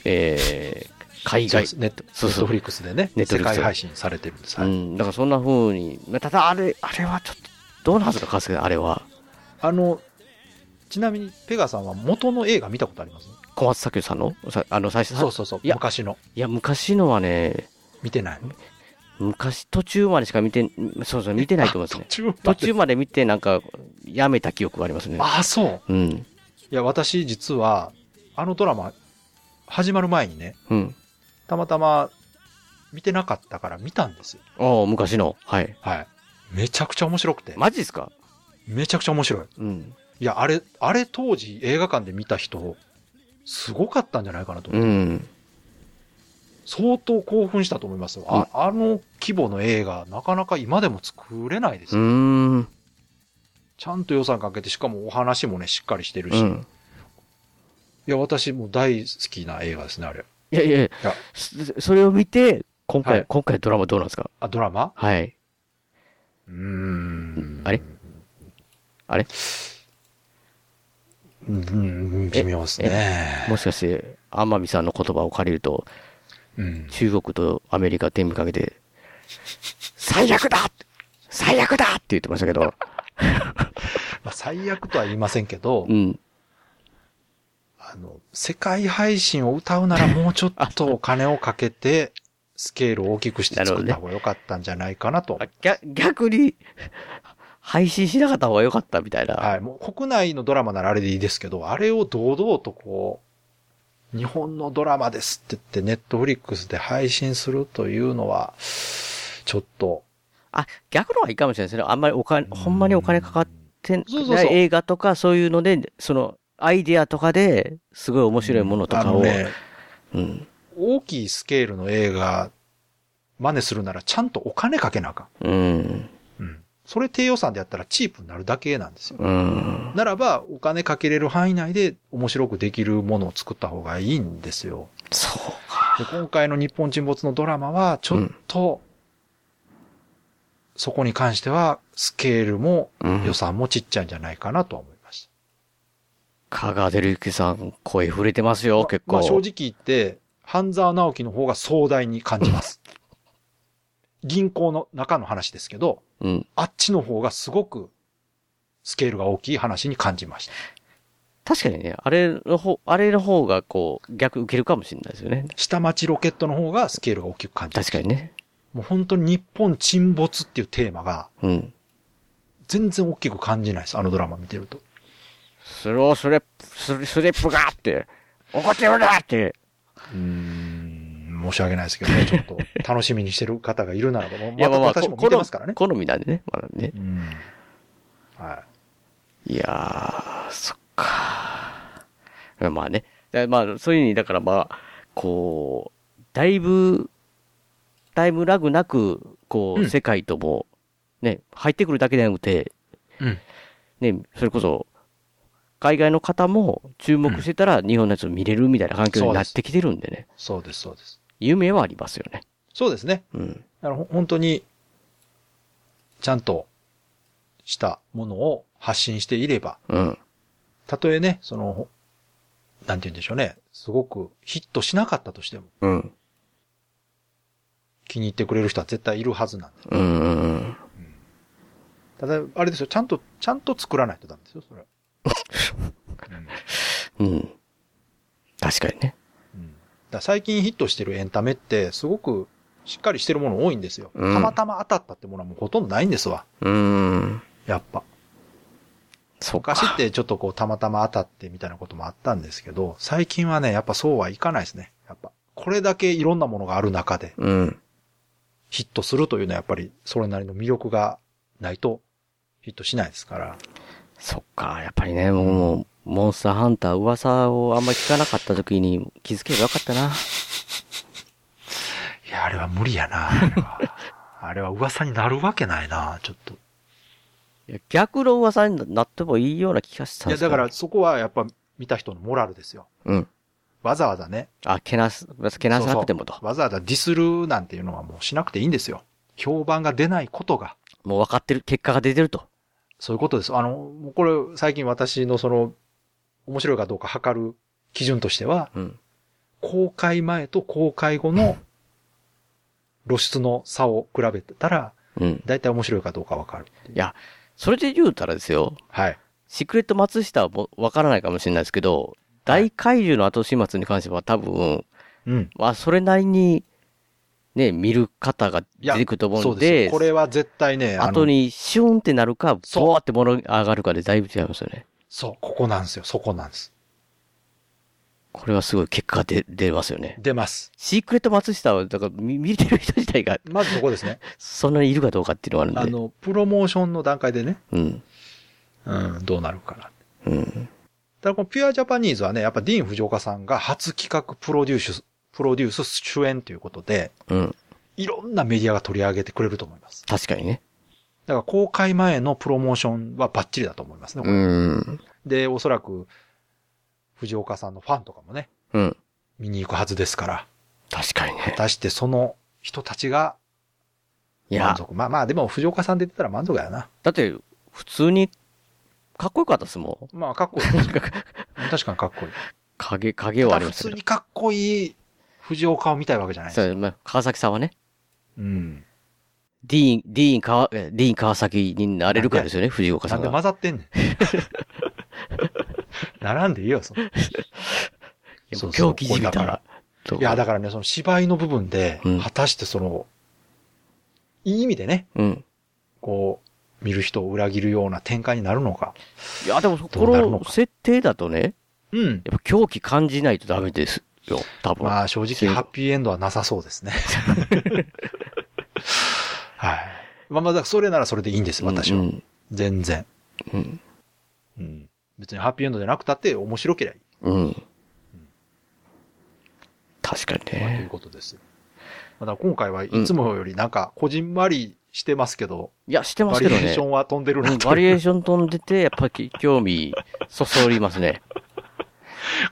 えー海外。
そうですネット
そうそう
ネットフリックスでね
ネットフリックス
世界配信されてるんです
う
はい
ん、だからそんな風に、まあただあれ、あれはちょっと、どうなんですか、春日さんあれは。
あの、ちなみに、ペガさんは元の映画見たことあります
小松左京さんのさあの、最初
そうそうそう、
いや、
昔の。
いや、昔のはね、
見てない。
昔途中までしか見て、そうそう、見てないと思うん ですね。
中
途中まで見て、なんか、やめた記憶がありますね。
ああ、そう。
うん。
いや、私実は、あのドラマ、始まる前にね、
うん。
たまたま見てなかったから見たんですよ。
ああ、昔の。はい。
はい。めちゃくちゃ面白くて。
マジですか
めちゃくちゃ面白い。
うん。
いや、あれ、あれ当時映画館で見た人、すごかったんじゃないかなと思
う
う。
ん。
相当興奮したと思いますよ。あ,、あの規模の映画、なかなか今でも作れないです
う
よ。
ーん。
ちゃんと予算かけて、しかもお話もね、しっかりしてる
う
し。
ん。
いや、私もう大好きな映画ですね、あれ。
いやいやいや
や、
そそれを見て、今回、
はい
今回ドラマどうなんですか
あ、ドラマ
はい。
うーん。
あれあれ
うんうん、微妙ですね。
もしかして、天海さんの言葉を借りると、
うん。
中国とアメリカ天にかけて、最悪だ最悪だって言ってましたけど、
まあ、最悪とは言いませんけど
う、ん。
あの、世界配信を歌うならもうちょっとお金をか けて、スケールを大きくして作った方が良かったんじゃないかなと。
あ逆逆に、 配信しなかった方が良かったみたいな。
はい。もう国内のドラマならあれでいいですけど、あれを堂々とこう、日本のドラマですって言って、ネットフリックスで配信するというのは、ちょっと。
あ、逆の方がいいかもしれないですね。あんまりお金、ほんまにお金かかって
そうそうそう
ない映画とかそういうので、その、アイディアとかで、すごい面白いものと
あ
か
の
を、
ね、
うん。
大きいスケールの映画、真似するならちゃんとお金かけなあか
うん。
ん。うん。それ低予算でやったらチープになるだけなんですよ。
うん。
ならば、お金かけれる範囲内で面白くできるものを作った方がいいんですよ。
そう
で今回の日本沈没のドラマは、ちょっと、そこに関しては、スケールも
うん
予算もちっちゃいんじゃないかなとは思いました。
香川照之さん、声触れてますよ、結構。
まあ正直言って、半沢直樹の方が壮大に感 じます。銀行の中の話ですけど、
うん。
あっちの方がすごくスケールが大きい話に感じました。
確かにね、あれの方、あれの方が、こう、逆受けるかもしれないですよね。
下町ロケットの方がスケールが大きく感じまし
確
た。
かにね。
もう本当に日本沈没っていうテーマが
うん。
全然大きく感じないです。あのドラマ見てると。
スロースレップ、スリスリップがあって、怒ってるなって。
うーん、申し訳ないですけど ね、ちょっと楽しみにしてる方がいるならば、もうまた私も見てますからね。
好みなんでね、まだね。
うん。はい。
いやー、そっか。まあね。だまあ、そういうふうに、だからまあ、こう、だいぶ、タイムラグなく、こう、
うん
世界とも、ね、入ってくるだけではなくて、
うん
ね、それこそ、海外の方も注目してたら、日本のやつを見れるみたいな環境になってきてるんでね。
そうです、そうです。
夢はありますよね。
そうですね。
うん。
だからほ本当に、ちゃんとしたものを発信していれば、
うん。
たとえね、その、ほなんて言うんでしょうね、すごくヒットしなかったとしても、
うん。
気に入ってくれる人は絶対いるはずなんで。
うんうんうん。
ただ、あれですよ、ちゃんと、ちゃんと作らないとダメですよ、そ れは。うん
うん。確かにね。
うんだから最近ヒットしてるエンタメって、すごくしっかりしてるもの多いんですよ。
うん
たまたま当たったってものはもうほとんどないんですわ。
うーん。
やっぱ。
そうか。
昔ってちょっとこう、たまたま当たってみたいなこともあったんですけど、最近はね、やっぱそうはいかないですね。やっぱ。これだけいろんなものがある中で
うん。
ヒットするというのはやっぱりそれなりの魅力がないとヒットしないですから。
そっか、やっぱりね、もう、モンスターハンター噂をあんまり聞かなかった時に気づけばよかったな。
いや、あれは無理やな、あれは。 あれは噂になるわけないな、ちょっと。
いや逆の噂になってもいいような気がしたんで
いや、
すけ
だ
ど
から、そこはやっぱ見た人のモラルですよ。
うん。
わざわざね、
あ、けなす、けなさなくてもと。
そうそうわざわざディスるなんていうのはもうしなくていいんですよ。評判が出ないことが、
もう分かってる、結果が出てると。
そういうことです。あの、もうこれ、最近私のその、面白いかどうか測る基準としては、
うん。
公開前と公開後の露出の差を比べたら、
うん。
だいたい面白いかどうかわかる。
いや、それで言うたらですよ。
はい。
シークレット松下はもわからないかもしれないですけど、大怪獣の後始末に関しては多分、
うん。
まあ、それなりに、ね、見る方が出てくると思う
そ
の
うです
で
よ。、これは絶対ね、あの
後にシュンってなるか、
そう
ボワーって物が上がるかでだいぶ違いますよね。
そう、ここなんですよ。そこなんです。
これはすごい結果が出、出ますよね。
出ます。
シークレット松下は、だから見見てる人自体が
まずそこですね。
そんなにいるかどうかっていうのがあ
あ
るんで。
の、プロモーションの段階でね、
うん。
うん、どうなるかな。
うん。
ただこのピュアジャパニーズはね、やっぱディーン・藤岡さんが初企画プロデュース、プロデュース主演ということで、
うん。
いろんなメディアが取り上げてくれると思います。
確かにね。
だから公開前のプロモーションはバッチリだと思いますね。こ
う
れ
ん。
で、おそらく、藤岡さんのファンとかもね、
うん。
見に行くはずですから、
確かにね
果。たしてその人たちが
いや
満、足。まあまあ、でも藤岡さん出てたら満足やな。
だって、普通に、かっこよかったですもん。
まあ、かっこいいです。確かにかっこいい。
影、影はあ
た
り
だ
ま
普
した
通
けど
に。かっこいい藤岡を見たいわけじゃないです。
そうまあ川崎さんはね、
うん。
ディーン、ディーン川、えディーン川崎になれるかですよね、藤岡
な
さ
ん
ん
で
が。
混ざってんね ん。並んでいいよ、そのい
いや
そうそ
狂
う
気じみ
こ
た。
れだから
そう
や、だからね、その芝居の部分で
うん、
果たしてその、いい意味でね、
うん。
こう、見る人を裏切るような展開になるのか。
いや、でも、こ
どうなるの
の
か
設定だとね、
うん。
やっぱ狂気感じないとダメですよ、多分。
まあ正直ハッピーエンドはなさそ うですね。はい。まあまあ、だからそれならそれでいいんです、私は。
うん
全然。
うん。
うん。別にハッピーエンドじゃなくたって面白けりゃいい。
うん。確かに
まあという
ね。
ことです。まあだから今回はいつもよりなんか、こじんまりしてますけど、
いや、してま
バ
す
リエ
けど
ー
ね
ショ。ンは飛んでる
う
なんと
バリ
い
エ
う。
ーション飛んでて、やっぱり興味、そそりますね。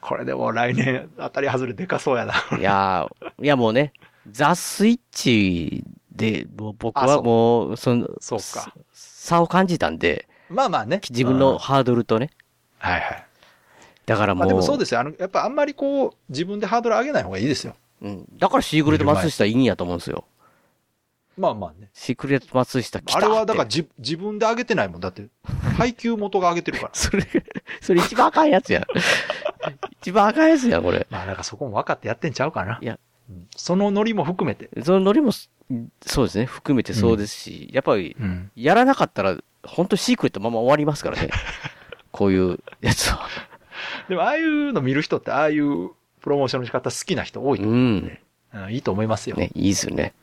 これでも来年当たり外れでかそうやな。
いやー、いやもうね、ザ・スイッチで、もう僕
あそ
は
う
もう、その、
そうか
さ差を感じたんで、
まあまあね。
自分
うん
のハードルとね。
はいはい。
だから
ま
も
あ
う、
でもそうですよ。あの、やっぱあんまりこう、自分でハードル上げない方がいいですよ。
うん。だからシークレット松下いいんやと思うんですよ。
まあまあね。
シークレット松下来たっ
あ
て。。
れはだからじ自分で上げてないもん。だって、配給元が上げてるから
それ、それ一番赤いやつやん。一番赤いやつやん、これ。
まあなんかそこも分かってやってんちゃうかな。
いや
うん。そのノリも含めて。
そのノリもす、そうですね、含めてそうですし、やっぱり、
うん。
やらなかったら、本当シークレットまま終わりますからね。こういうやつは。
でもああいうの見る人って、ああいうプロモーションの仕方好きな人多いと
う
思う、
ん。
うんいいと思いますよ。
ね、いいですよね。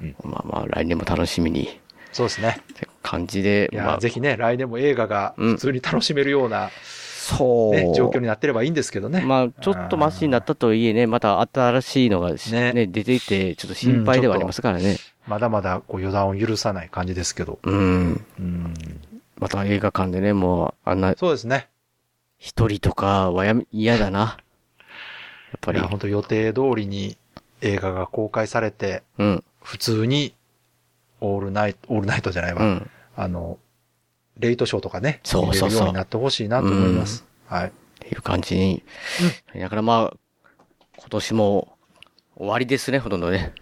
うんうん
まあまあ、来年も楽しみに。っ
そうですね。
て感じで、
いや、
まあ、
ぜひね、来年も映画が
うん
普通に楽しめるような、
そう、
ね状況になってればいいんですけどね。
まあ、ちょっとマシになったとはいえね、また新しいのがし
ね
ね出ていて、ちょっと心配ではありますからね。
まだまだこう予断を許さない感じですけど。
うん。
うん。
また映画館でね、もう、あんな、
そうですね。
一人とかはやめ嫌 だな。やっぱ
い
り
や、。本当予定通りに映画が公開されて、
うん。
普通に、オールナイト、オールナイトじゃないわ。
うん。
あの、レイトショーとかね、
そうそうそう
見れるようになってほしいなと思います。はい。
っていう感じに。だからまあ、今年も終わりですね、ほとんどね。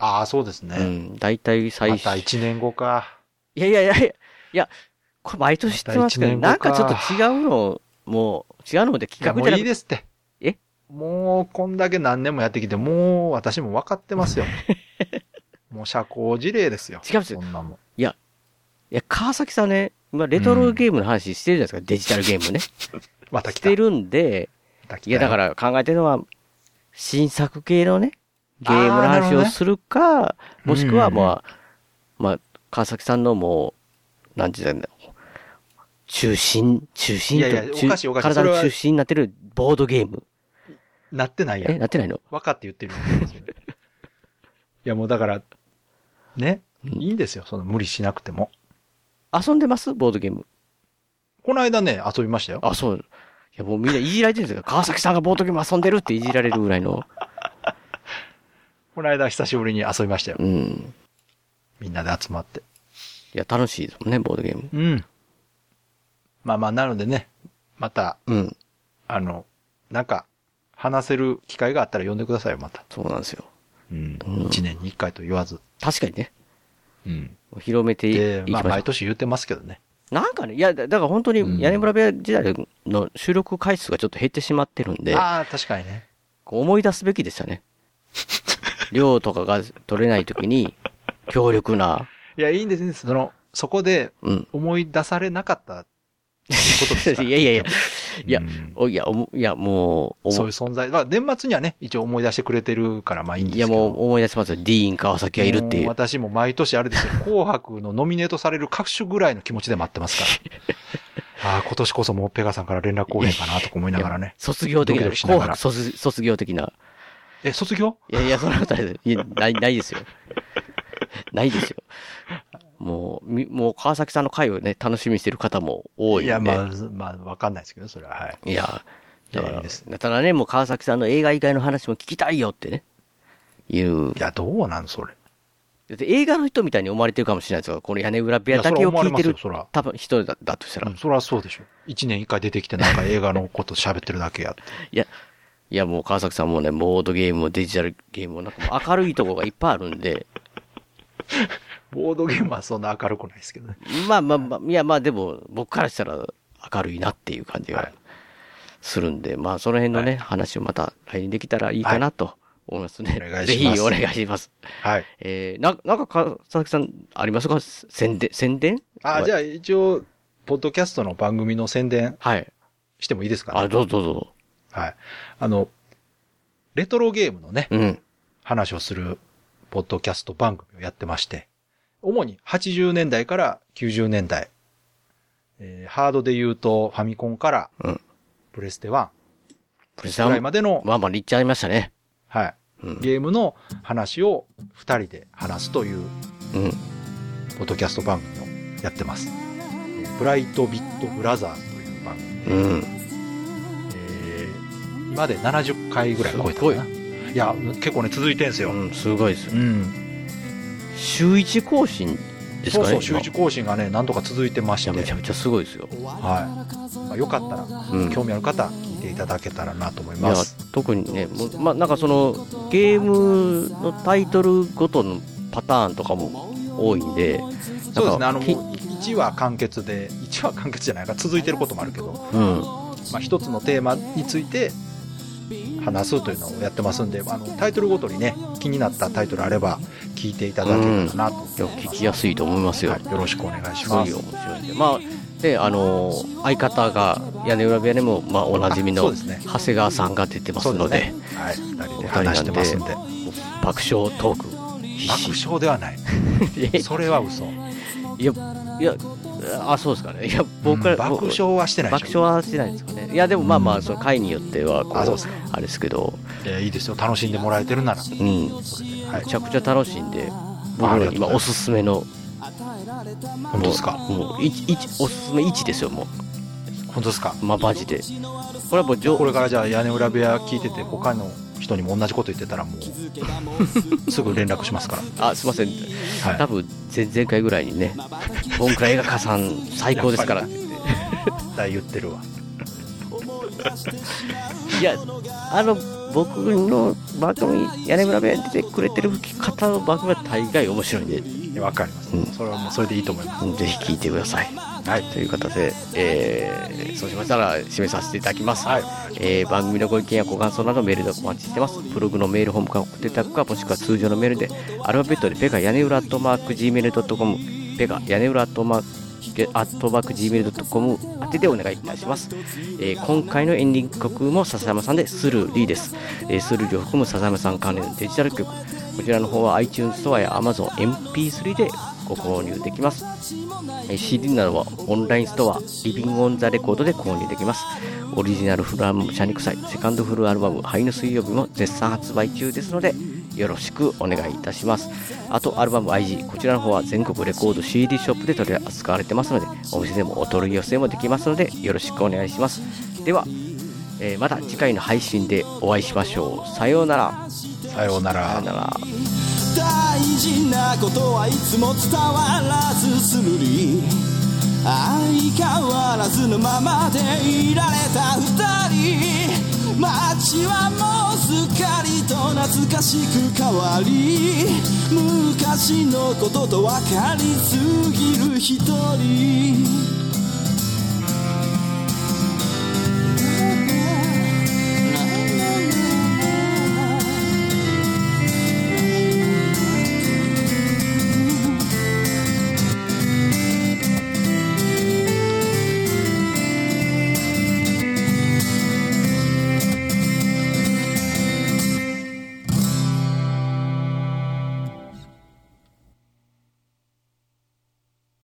ああ、そうですね。
うん。大体最
ま
初
た。1年後か。
いやいやいやいや、いや、これ毎年知ってますけど、
ま
なん
た一年後か
かちょっと違うの、もう、違うので
いや
企画
も
じ
う
ゃない
い
くて、
ですって。
え
もう、こんだけ何年もやってきて、もう、私も分かってま すよ。もう、社交辞令ですよ。
違うんですよ
そんなもん。
いや、川崎さんね、今レトロゲームの話してるじゃないですか、デジタルゲームね。
また来。
したてるんで、
また来た。
いや、だからら考えてるのは、新作系のね、ゲームの
あーなるほ
話
ど
を
ね
するか、もしくは、
うんうんうん
まあ、まあ、川崎さんのもう、なんて言うんだろう。中心、中心と
いやいや
中
おかしいおかしいそ
体
れ
の
は
中心になってるボードゲーム。
なってないや
え、
ん。
なってないの
分かって言ってるよ。いや、もうだから、ね、
うん
いいんですよ。その無理しなくても。
遊んでますボードゲーム。
この間ね、遊びましたよ。
あ、そう。いや、もうみんないじられてるんですよ。川崎さんがボードゲーム遊んでるっていじられるぐらいの。
この間久しぶりに遊びましたよ。
うん。
みんなで集まって。
いや、楽しいですもんね、ボードゲーム。
うん。まあまあ、なのでね、また、
うん。
あの、なんか、話せる機会があったら呼んでくださいよ、また。
そうなんですよ。
うん。一年に一回と言わず。
確かにね。
うん。
広めてい
で、
いきま
まあ、
しょう。
毎年言ってますけどね。
なんかね、いや、だだから本当
うん
に屋根村部屋時代の収録回数がちょっと減ってしまってるんで、
ああ、確かにね。
こう思い出すべきでした ね。量とかが取れないときに、強力な、
いや、いいんですね。その、そこで
うん。
思い出されなかったことです
い
か
や
ら
いやいや、いや
うん、
おいや、おもいや、もう、おも
そういう存在。まあ、年末にはね、一応思い出してくれてるから、まあいいんです
い
けど。
やもう思い出しますよ。ディーン川崎がいるってい
も
う。
私も毎年あれですよ、紅白のノミネートされる各種ぐらいの気持ちで待ってますから。 ああ、今年こそもうペガさんから連絡来へんかなとか思いながらね。
卒業的な、
ドキドキしな
紅
がら
白卒卒業的な。
え、卒業
いやいや、そんなことないですいやない、ないですよ。ないですよ。もう、みもう川崎さんの回をね、楽しみにしてる方も多いん
い
で。
や、まあ、まあ、わかんないですけど、それは。はい。
いや、だか
いやい
ら、
いです
ただね、もう川崎さんの映画以外の話も聞きたいよってね、いう。
いや、どうなんそれ。
だって映画の人みたいに思われてるかもしれないですよ。この屋根裏部屋だけを聞いて
い
る
やそれは思われますよそら、
多分人だだとしたら。
うん、それはそうでしょ。一年一回出てきてなんか映画のこと喋ってるだけやって。
いや、いやもう川崎さんもね、ボードゲームもデジタルゲームもなんかもう明るいとこがいっぱいあるんで、
ボードゲームはそんな明るくないですけどね。
まあまあまあ、いやまあでも僕からしたら明るいなっていう感じ
は
が
い
するんで、まあその辺のね、話をまた来年できたらいいかなと思いますね。
お願いします
ぜひお願いします。
はい。
えー、な、なんか川崎さんありますか宣伝、宣伝
あ、じ
ゃ
ゃあ一応、ポッドキャストの番組の宣伝
はい。
してもいいですかね。
あ、どうぞどうぞ。
はい。あの、レトロゲームのね、
うん。
話をするポッドキャスト番組をやってまして、主に80年代から90年代、えーハードで言うとファミコンから、
うん
プレステ1
プレ
ぐらいまでの、
まあまあ言っちゃいましたね。
はい、
うん。
ゲームの話を二人で話すという
うん。
ポッドキャスト番組をやってます。えーブライトビットブラザーズという番組で、
うん。
えー今で70回ぐらい超えたかな。
す
いや、結構ね、続いてんすよ。
うん、すごいです
う。ん
週一更新です
そ
かね
うそう、週一更新がね、何とか続いてまし
いやめち
て
ゃ、めちゃすごいですよ。
はい。まあ、よかったら、
うん
興味ある方、聞いていただけたらなと思い
いや
ます。
特にね、もうまあ、なんかそのゲームのタイトルごとのパターンとかも多いんで、
そうですね、あの、
き
1話完結で、1話完結じゃないか、続いてることもあるけど、
うん、
まあ、一つのテーマについて、話すというのをやってますんで、あの、タイトルごとにね、気になったタイトルあれば、聞いていただけたらなと思いま
い
す。
や聞きやすいと思いますよ。
はい、よろしくお願いし
すご
ま
い
す。
面白いんで、まあ、で、あの相方が屋根裏部屋でも、まあ、おなじみ
あそ
の
うですね
長谷川さんが出てますので、
そうすねはい、二人で話してますんで。爆
爆笑トーク、必
笑ではない。
死。
それは嘘。
いや、 いや、あ、そうですかね。いや、僕
う
ら、
ん爆笑はしてないでし
爆
ょ
笑はしてないですかね。いや、でもまあまあ、その回によっては、こ
あそう
う
ですか、
あれですけど、
えーいいですよ。楽しんでもらえてるなら。
うん、
は
め
い
ち。ゃくちゃ楽しいんで、僕
あり
ら
がとうございま
今
す
おすすめの、
本当ですか
もう、もういちいちおすすめ1ですよ、も
本当ですか
う。まあ、マジで。これはもう上、
これからじゃあ屋根裏部屋聞いてて他の人にも同じこと言ってたらもうすぐ連絡しますから
あ、すいません。
はい
多分、前々回ぐらいに ね、ボンクラ映画化さん最高ですからって言って。
絶対言ってるわ
いや、あの、僕の番組、屋根裏部屋に出てくれてる方の番組は大概面白いんで、
いやわかります、
うん
それはもうそれでいいと思います
ぜひ聞いてください。
はい
という形で、えーそうしましたら締めさせていただきます。
はい
えー番組のご意見やご感想などメールでお待ちしてます。ブログのメールホームか送っていただくか、もしくは通常のメールで、アルファベットでペガ屋根裏アットマーク Gmail.com、ペガ屋根裏アットマークアットマーク Gmail.com 宛てでお願いいたします、えー今回のエンディング曲も笹山さんでスルーリーです、えースルーリーを含む笹山さん関連のデジタル曲こちらの方は iTunes ストアや AmazonMP3 でご購入できますえー CD などはオンラインストアリビングオンザレコードで購入できますオリジナルフルアルバム「シャニクサイ」セカンドフルアルバム「ハイの水曜日」も絶賛発売中ですのでよろしくお願いいたしますあとアルバム IG こちらの方は全国レコード CD ショップで取り扱われてますのでお店でもお取り寄せもできますのでよろしくお願いしますでは、えーまた次回の配信でお会いしましょうさようなら
さような
さよ
ら
うなら
大事なことはいつも伝わらずするり相変わらずのままでいられた二人も街はもうすっかりと懐かしく変わり昔のことと分かりすぎる一人